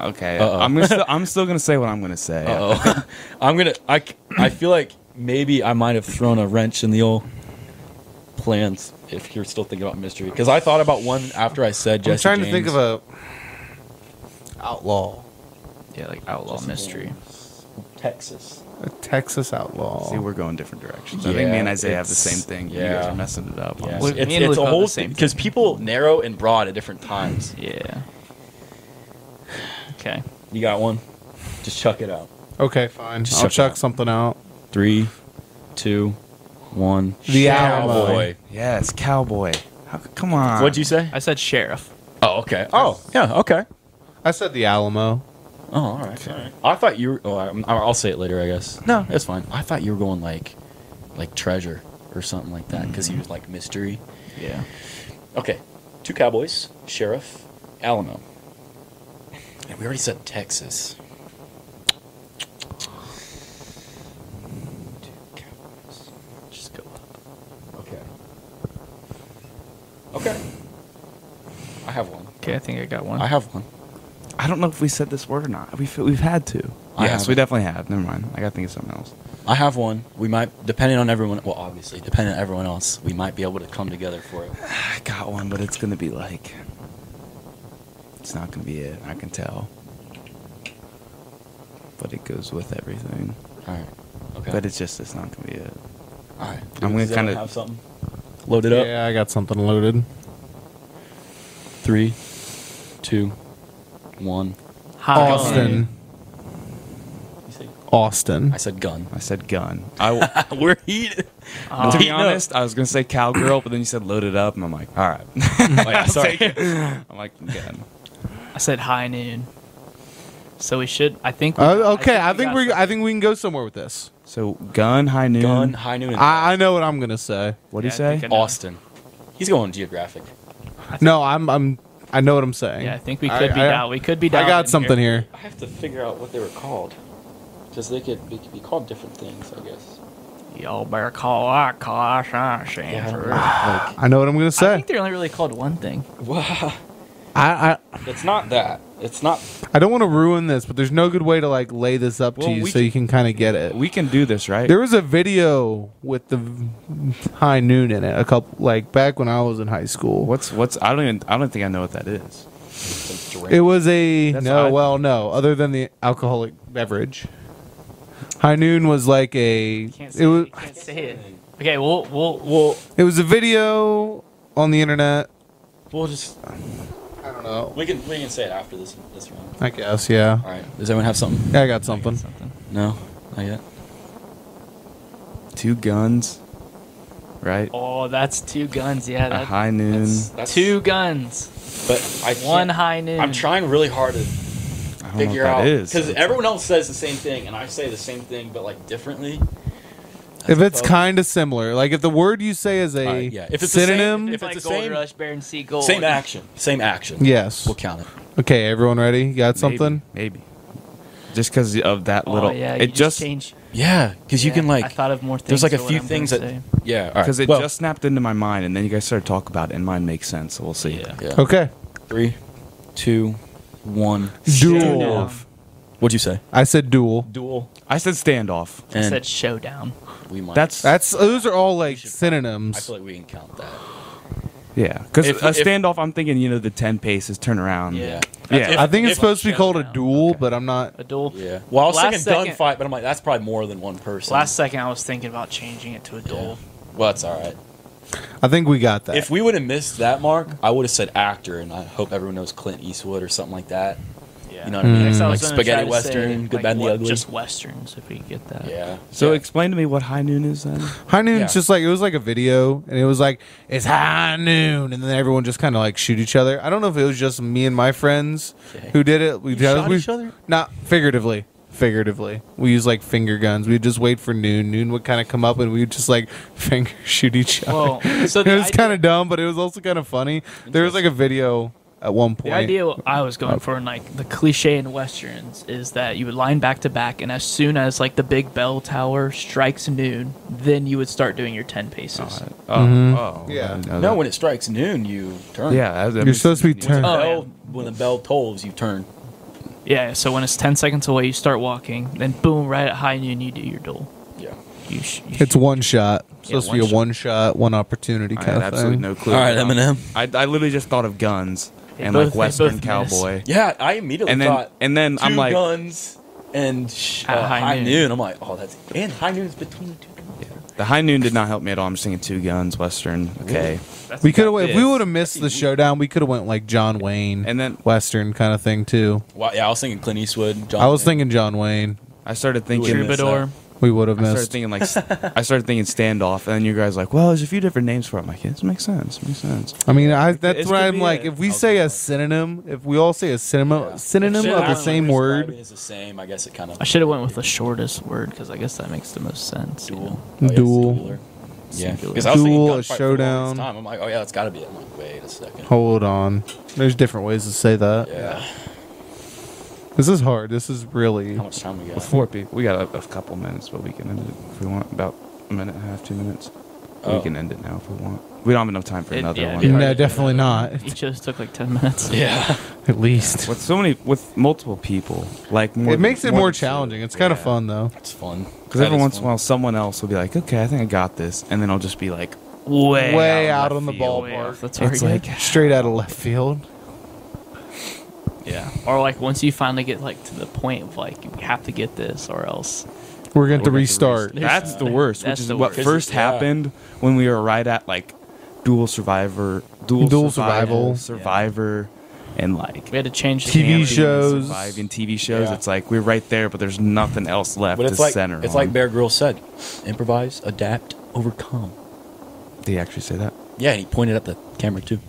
Speaker 2: Okay.
Speaker 1: Uh-oh.
Speaker 2: I'm gonna still, I'm still gonna say what I'm gonna say.
Speaker 1: Oh, I'm gonna. I c- I feel like maybe I might have thrown a wrench in the old plans. If you're still thinking about mystery, because I thought about one after I said Jesse.
Speaker 3: I'm trying to
Speaker 1: James.
Speaker 3: think of a outlaw,
Speaker 4: yeah, like outlaw
Speaker 1: Jesse
Speaker 4: mystery.
Speaker 1: James, Texas.
Speaker 3: a Texas outlaw.
Speaker 2: See, we're going different directions. I
Speaker 1: Yeah,
Speaker 2: think me and Isaiah have the
Speaker 1: it's-
Speaker 2: same thing. You
Speaker 1: yeah.
Speaker 2: guys are messing it up.
Speaker 1: Yeah,
Speaker 2: honestly.
Speaker 4: Well,
Speaker 1: it's,
Speaker 4: me and
Speaker 1: it's
Speaker 4: Luke
Speaker 1: a
Speaker 4: have
Speaker 1: whole
Speaker 4: the same
Speaker 1: because people narrow and broad at different times.
Speaker 4: Yeah. Okay.
Speaker 1: You got one? Just chuck it out.
Speaker 3: okay, fine.
Speaker 1: Just
Speaker 3: I'll
Speaker 1: check it
Speaker 3: chuck
Speaker 1: out.
Speaker 3: something out.
Speaker 1: Three, two, one.
Speaker 3: The
Speaker 1: Cowboy.
Speaker 2: Yes, cowboy. How, come on.
Speaker 1: What'd you say?
Speaker 4: I said sheriff.
Speaker 1: Oh, okay. Oh, yeah. Okay.
Speaker 3: I said the Alamo.
Speaker 1: Oh, all right. All right. I thought you were. Oh, I'm, I'll say it later, I guess. No, it's fine. I thought you were going like, like treasure or something like that because you was like mystery.
Speaker 4: Yeah.
Speaker 1: Okay. Two cowboys, sheriff, Alamo. And we already said Texas. Two cowboys.
Speaker 4: Just go up.
Speaker 1: Okay. Okay. I have one.
Speaker 4: Okay, I think I got one.
Speaker 1: I have one.
Speaker 2: I don't know if we said this word or not. We've we've had to.
Speaker 1: I
Speaker 2: yes, we
Speaker 1: haven't.
Speaker 2: definitely have. Never mind. I got to think of something else.
Speaker 1: I have one. We might, depending on everyone. Well, obviously, depending on everyone else, we might be able to come together for it.
Speaker 2: I got one, but it's gonna be like. It's not gonna be it. I can tell. But it goes with everything.
Speaker 1: All right. Okay.
Speaker 2: But it's just it's not gonna be it.
Speaker 1: all right.
Speaker 2: I'm gonna
Speaker 1: Does everyone
Speaker 2: kinda-
Speaker 1: have something loaded up.
Speaker 3: Yeah, I got something loaded.
Speaker 1: Three, two, one.
Speaker 4: Hot gun.
Speaker 3: Austin.
Speaker 1: You say-
Speaker 3: Austin.
Speaker 1: I said gun.
Speaker 2: I said gun. I w-
Speaker 1: We're heated.
Speaker 4: Uh,
Speaker 2: to be
Speaker 1: No.
Speaker 2: honest, I was gonna say cowgirl, but then you said loaded up, and I'm like, all right.
Speaker 1: Oh, yeah, sorry.
Speaker 2: I'm like gun.
Speaker 4: I said high noon. So we should. I think. we-
Speaker 3: Uh, okay, I think,
Speaker 4: got
Speaker 3: we are
Speaker 4: something.
Speaker 3: I think we can go somewhere with this.
Speaker 2: So gun, high noon.
Speaker 1: Gun, high noon, and
Speaker 3: I, I know what I'm gonna say.
Speaker 2: What do
Speaker 4: Yeah, I
Speaker 2: you say?
Speaker 4: think I know.
Speaker 1: Austin. He's going geographic.
Speaker 3: No, I'm I'm I know what I'm saying.
Speaker 4: Yeah, I think we
Speaker 3: I-
Speaker 4: could be
Speaker 3: I-
Speaker 4: down. We could be down.
Speaker 3: I got something here.
Speaker 1: I have to figure out what they were called because they could, they could be called different things, I guess.
Speaker 4: Y'all better call our car, uh, Sanford. I
Speaker 3: I know what I'm gonna say.
Speaker 4: think they're only really called one thing.
Speaker 1: Wow.
Speaker 3: I, I
Speaker 1: It's not that. It's not.
Speaker 3: I don't want to ruin this, but there's no good way to like lay this up
Speaker 2: Well,
Speaker 3: to you
Speaker 2: we
Speaker 3: so you can kind of get it.
Speaker 2: we can do this, right?
Speaker 3: There was a video with the v- high noon in it. A couple like back when I was in high school.
Speaker 2: What's what's? I don't even. I don't think I know what that is.
Speaker 1: It's a drink.
Speaker 3: It was a
Speaker 2: That's
Speaker 3: no.
Speaker 2: what I-
Speaker 3: well, no. Other than the alcoholic beverage, high noon was like a.
Speaker 4: Can't say
Speaker 3: It was.
Speaker 4: it. Can't say it. Okay, we'll we'll we'll
Speaker 3: It was a video on the internet.
Speaker 1: We'll just.
Speaker 3: I don't know.
Speaker 1: We can we can say it after this this round.
Speaker 3: I guess yeah.
Speaker 1: All right. Does anyone have something?
Speaker 3: Yeah, I got something.
Speaker 4: something.
Speaker 1: No, not yet.
Speaker 2: Two guns, right?
Speaker 4: Oh, that's two guns. Yeah,
Speaker 2: A
Speaker 3: Uh-huh.
Speaker 4: that,
Speaker 2: high noon.
Speaker 1: That's- that's-
Speaker 4: two guns.
Speaker 1: But I
Speaker 4: One
Speaker 1: can't-
Speaker 4: high noon.
Speaker 1: I'm trying really hard to
Speaker 2: I don't know
Speaker 1: figure
Speaker 2: what that
Speaker 1: out
Speaker 2: is.
Speaker 1: because everyone else says the same thing, and I say the same thing, but like differently.
Speaker 3: If it's
Speaker 1: kind.
Speaker 3: kind of similar, like if the word you say is a
Speaker 1: All right, yeah. If it's the same-
Speaker 3: synonym,
Speaker 1: if-
Speaker 4: It's Mm, like
Speaker 1: it's the
Speaker 4: Gold
Speaker 1: same-
Speaker 4: Rush, Baron Sea Gold.
Speaker 1: Same action. Same action.
Speaker 3: yes.
Speaker 1: We'll count it.
Speaker 3: Okay, everyone ready? You got
Speaker 2: Maybe,
Speaker 3: something?
Speaker 2: Maybe. Just because of that
Speaker 4: Oh,
Speaker 2: little.
Speaker 4: yeah, you
Speaker 2: it just.
Speaker 4: change.
Speaker 1: Yeah, because you
Speaker 4: Yeah,
Speaker 1: can
Speaker 4: I
Speaker 1: like.
Speaker 4: thought of more things.
Speaker 1: There's like a
Speaker 4: for what
Speaker 1: few
Speaker 4: I'm
Speaker 1: things that.
Speaker 4: gonna say.
Speaker 1: Yeah, all right.
Speaker 2: Because it
Speaker 1: well,
Speaker 2: just snapped into my mind, and then you guys started talking about it, and mine makes sense. So we'll see.
Speaker 1: Yeah. yeah.
Speaker 3: Okay.
Speaker 1: Three, two, one.
Speaker 3: Duel.
Speaker 4: Showdown.
Speaker 1: What'd you say?
Speaker 3: I said duel.
Speaker 1: Duel.
Speaker 2: I said standoff.
Speaker 4: I
Speaker 1: And
Speaker 4: said showdown.
Speaker 1: we might.
Speaker 2: That's
Speaker 3: That's those are all like
Speaker 1: should- I
Speaker 3: synonyms.
Speaker 1: feel like we can count that.
Speaker 2: yeah. Because a
Speaker 1: If- if-
Speaker 2: standoff, I'm thinking you know the ten paces, turn around.
Speaker 1: Yeah.
Speaker 2: Yeah.
Speaker 1: If-
Speaker 3: I think
Speaker 1: if-
Speaker 3: it's supposed to be called a
Speaker 4: showdown.
Speaker 3: duel, but I'm not.
Speaker 4: A duel.
Speaker 1: Yeah. Well, I was
Speaker 4: Last
Speaker 1: thinking
Speaker 4: second-
Speaker 1: gunfight, but I'm like, that's probably more than one person.
Speaker 4: Last second, I was thinking about changing it to a
Speaker 1: Yeah.
Speaker 4: duel.
Speaker 1: Well, that's all right.
Speaker 3: I think we got that.
Speaker 1: If we would have missed that mark, I would have said actor, and I hope everyone knows Clint Eastwood or something like that.
Speaker 4: Yeah.
Speaker 1: You know what I mean?
Speaker 4: Next, I
Speaker 1: Mm. Like
Speaker 4: was gonna try
Speaker 1: spaghetti
Speaker 4: to
Speaker 1: western,
Speaker 4: say,
Speaker 1: good,
Speaker 4: like,
Speaker 1: bad, and the
Speaker 4: what-
Speaker 1: ugly.
Speaker 4: Just westerns, if we could get that.
Speaker 1: Yeah.
Speaker 2: So
Speaker 1: yeah.
Speaker 2: explain to me what high noon is then.
Speaker 3: High noon's
Speaker 1: Yeah.
Speaker 3: just like it was like a video, and it was like it's high noon, and then everyone just kind of like shoot each other. I don't know if it was just me and my friends
Speaker 1: Okay.
Speaker 3: who did it. We
Speaker 1: You
Speaker 3: did-
Speaker 1: shot
Speaker 3: we-
Speaker 1: each other?
Speaker 3: not figuratively. Figuratively, we use like finger guns. We'd just wait for noon. Noon would kind of come up, and we'd just like finger shoot each other.
Speaker 4: Well, so the
Speaker 3: it was
Speaker 4: idea-
Speaker 3: kind of dumb, but it was also kind of funny. There was like a video at one point.
Speaker 4: The idea I was
Speaker 1: Oh.
Speaker 4: going for, in like the cliche in westerns, is that you would line back to back, and as soon as like the big bell tower strikes noon, then you would start doing your ten paces.
Speaker 2: Oh,
Speaker 3: Mm-hmm.
Speaker 2: oh,
Speaker 3: Yeah.
Speaker 2: I didn't know
Speaker 1: No,
Speaker 2: that.
Speaker 1: when it strikes noon, you turn.
Speaker 2: Yeah, that- that
Speaker 3: You're
Speaker 2: makes
Speaker 3: supposed to be
Speaker 2: sense.
Speaker 3: turned.
Speaker 4: Oh,
Speaker 1: Bell,
Speaker 4: yeah.
Speaker 1: when the bell tolls, you turn.
Speaker 4: Yeah. So when it's ten seconds away, you start walking. Then boom, right at high noon, you do your duel.
Speaker 1: Yeah.
Speaker 4: You sh- you
Speaker 3: It's
Speaker 4: sh-
Speaker 3: one shot. It's
Speaker 4: Yeah,
Speaker 3: supposed
Speaker 4: one
Speaker 3: to be
Speaker 4: shot.
Speaker 3: a one shot, one opportunity
Speaker 2: I
Speaker 3: kind
Speaker 2: had
Speaker 3: of
Speaker 2: absolutely
Speaker 3: thing.
Speaker 2: no clue.
Speaker 1: All right,
Speaker 2: about-
Speaker 1: Eminem.
Speaker 2: I, I literally just thought of guns
Speaker 4: They
Speaker 2: and
Speaker 4: both-
Speaker 2: like
Speaker 4: they
Speaker 2: Western
Speaker 4: both menace.
Speaker 2: cowboy.
Speaker 1: Yeah, I immediately
Speaker 2: And then-
Speaker 1: thought.
Speaker 2: and then
Speaker 1: two
Speaker 2: I'm like-
Speaker 1: guns and sh-
Speaker 4: At
Speaker 1: uh,
Speaker 4: high
Speaker 1: high,
Speaker 4: noon.
Speaker 1: noon. I'm like, oh, that's and high noon is between the two. Guns.
Speaker 2: The high noon did not help me at all. I'm just thinking two guns, Western. Okay.
Speaker 4: that's-
Speaker 3: We could have. If we
Speaker 2: this.
Speaker 3: would have missed the showdown, we could have went like John Wayne
Speaker 2: And then-
Speaker 3: Western kind of thing too.
Speaker 1: Wow, yeah, I was thinking Clint Eastwood. John
Speaker 3: I was
Speaker 1: Wayne.
Speaker 3: thinking John Wayne.
Speaker 2: I started thinking.
Speaker 1: True, but-
Speaker 4: troubadour.
Speaker 3: We would have
Speaker 2: I started
Speaker 3: missed.
Speaker 2: thinking like I started thinking standoff, and then you guys like, well, there's a few different names for it. I'm like, yeah, this makes sense. Makes sense.
Speaker 3: I mean, I, that's
Speaker 2: It's
Speaker 3: what
Speaker 2: gonna
Speaker 3: I'm
Speaker 2: be
Speaker 3: like.
Speaker 2: it.
Speaker 3: If we
Speaker 1: I'll
Speaker 3: say
Speaker 1: do
Speaker 3: a
Speaker 1: it.
Speaker 3: synonym, if we all say a synonym,
Speaker 1: Yeah.
Speaker 3: synonym
Speaker 1: If
Speaker 3: of the
Speaker 1: Island
Speaker 3: same
Speaker 1: Western
Speaker 3: word,
Speaker 1: Is the same. I guess it kind of.
Speaker 4: I should have went with the shortest word because I guess that makes the most sense. you
Speaker 1: duel.
Speaker 4: know?
Speaker 1: Oh, yeah,
Speaker 3: Duel.
Speaker 1: singular. Yeah,
Speaker 4: Singular.
Speaker 1: because I was thinking
Speaker 3: Duel, a
Speaker 1: gunfight for the longest
Speaker 3: showdown.
Speaker 1: Time. I'm like, oh yeah, that's got to be it. I'm like, wait a second.
Speaker 3: hold on. There's different ways to say that.
Speaker 1: yeah.
Speaker 3: This is hard. This is really.
Speaker 1: How much time we got?
Speaker 2: Four people. We got a, a couple minutes, but we can end it if we want. About a minute and a half, two minutes.
Speaker 1: Oh.
Speaker 2: We can end it now if we want. We don't have enough time for
Speaker 4: It-
Speaker 2: another
Speaker 4: yeah,
Speaker 2: one.
Speaker 4: it'd be
Speaker 3: No,
Speaker 4: hard to do
Speaker 3: definitely
Speaker 4: another
Speaker 3: not.
Speaker 4: one. Each of us took like ten minutes.
Speaker 1: Yeah.
Speaker 3: At least
Speaker 2: With so many, with multiple people, like more
Speaker 3: it makes it
Speaker 2: than-
Speaker 3: more
Speaker 2: than two.
Speaker 3: challenging. It's kind of
Speaker 2: Yeah.
Speaker 3: fun though.
Speaker 1: That's fun.
Speaker 2: Because
Speaker 1: That
Speaker 2: every
Speaker 1: is
Speaker 2: once in
Speaker 1: fun.
Speaker 2: a while, someone else will be like, "Okay, I think I got this," and then I'll just be like,
Speaker 4: Way,
Speaker 3: Way
Speaker 2: out
Speaker 3: out
Speaker 2: of
Speaker 3: on the
Speaker 2: left field.
Speaker 4: way off
Speaker 3: ballpark.
Speaker 4: the target.
Speaker 2: "It's like
Speaker 3: Straight out of left field.
Speaker 1: Yeah.
Speaker 4: or like once you finally get like to the point of like you have to get this or else.
Speaker 3: We're going to
Speaker 2: We're gonna have to
Speaker 3: restart.
Speaker 2: restart. That's the worst.
Speaker 4: That's
Speaker 2: which is
Speaker 4: the
Speaker 2: what
Speaker 4: worst.
Speaker 2: first
Speaker 1: Yeah.
Speaker 2: happened when we were right at like dual survivor, dual,
Speaker 3: Dual
Speaker 2: survival,
Speaker 3: survival.
Speaker 2: survivor, and like
Speaker 4: We had to change the
Speaker 3: TV
Speaker 4: narrative.
Speaker 3: shows.
Speaker 2: surviving TV shows.
Speaker 1: Yeah.
Speaker 2: It's like we're right there, but there's nothing else left
Speaker 1: But
Speaker 2: to
Speaker 1: it's like
Speaker 2: center.
Speaker 1: it's
Speaker 2: on.
Speaker 1: like Bear Grylls said: improvise, adapt, overcome.
Speaker 2: Did he actually say that?
Speaker 1: Yeah, and he pointed at the camera too.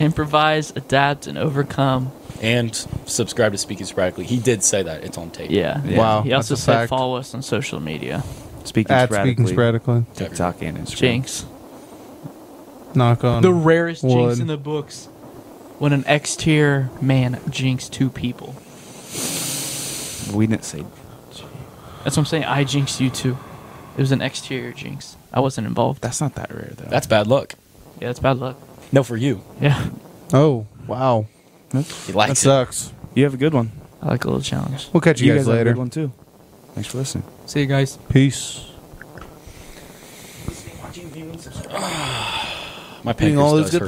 Speaker 4: Improvise, adapt, and overcome.
Speaker 1: And subscribe to Speaking Sporadically. He did say that. It's on tape.
Speaker 4: Yeah.
Speaker 2: Yeah.
Speaker 3: Wow,
Speaker 4: He also
Speaker 3: that's a
Speaker 4: said
Speaker 3: fact.
Speaker 4: follow us on social media.
Speaker 2: Speaking
Speaker 3: At
Speaker 2: sporadically,
Speaker 3: speaking sporadically.
Speaker 2: TikTok and Instagram.
Speaker 4: Jinx.
Speaker 3: Knock on
Speaker 4: The rarest jinx
Speaker 3: wood.
Speaker 4: in the books. When an exterior man jinxed two people.
Speaker 2: We didn't say.
Speaker 4: That's what I'm saying. I jinxed you too. It was an exterior jinx. I wasn't involved.
Speaker 2: That's not that rare though.
Speaker 1: That's bad luck.
Speaker 4: Yeah, it's bad luck.
Speaker 1: No, for you.
Speaker 4: Yeah.
Speaker 3: Oh wow,
Speaker 1: He
Speaker 3: that
Speaker 1: likes it.
Speaker 3: sucks.
Speaker 2: you have a good one.
Speaker 4: I like a little challenge.
Speaker 3: We'll catch you, guys,
Speaker 2: have a
Speaker 3: later.
Speaker 2: good one too. Thanks for listening.
Speaker 4: See you guys.
Speaker 3: Peace.
Speaker 1: My
Speaker 3: Doing
Speaker 1: pancreas
Speaker 3: all those
Speaker 1: does
Speaker 3: good
Speaker 1: hurt.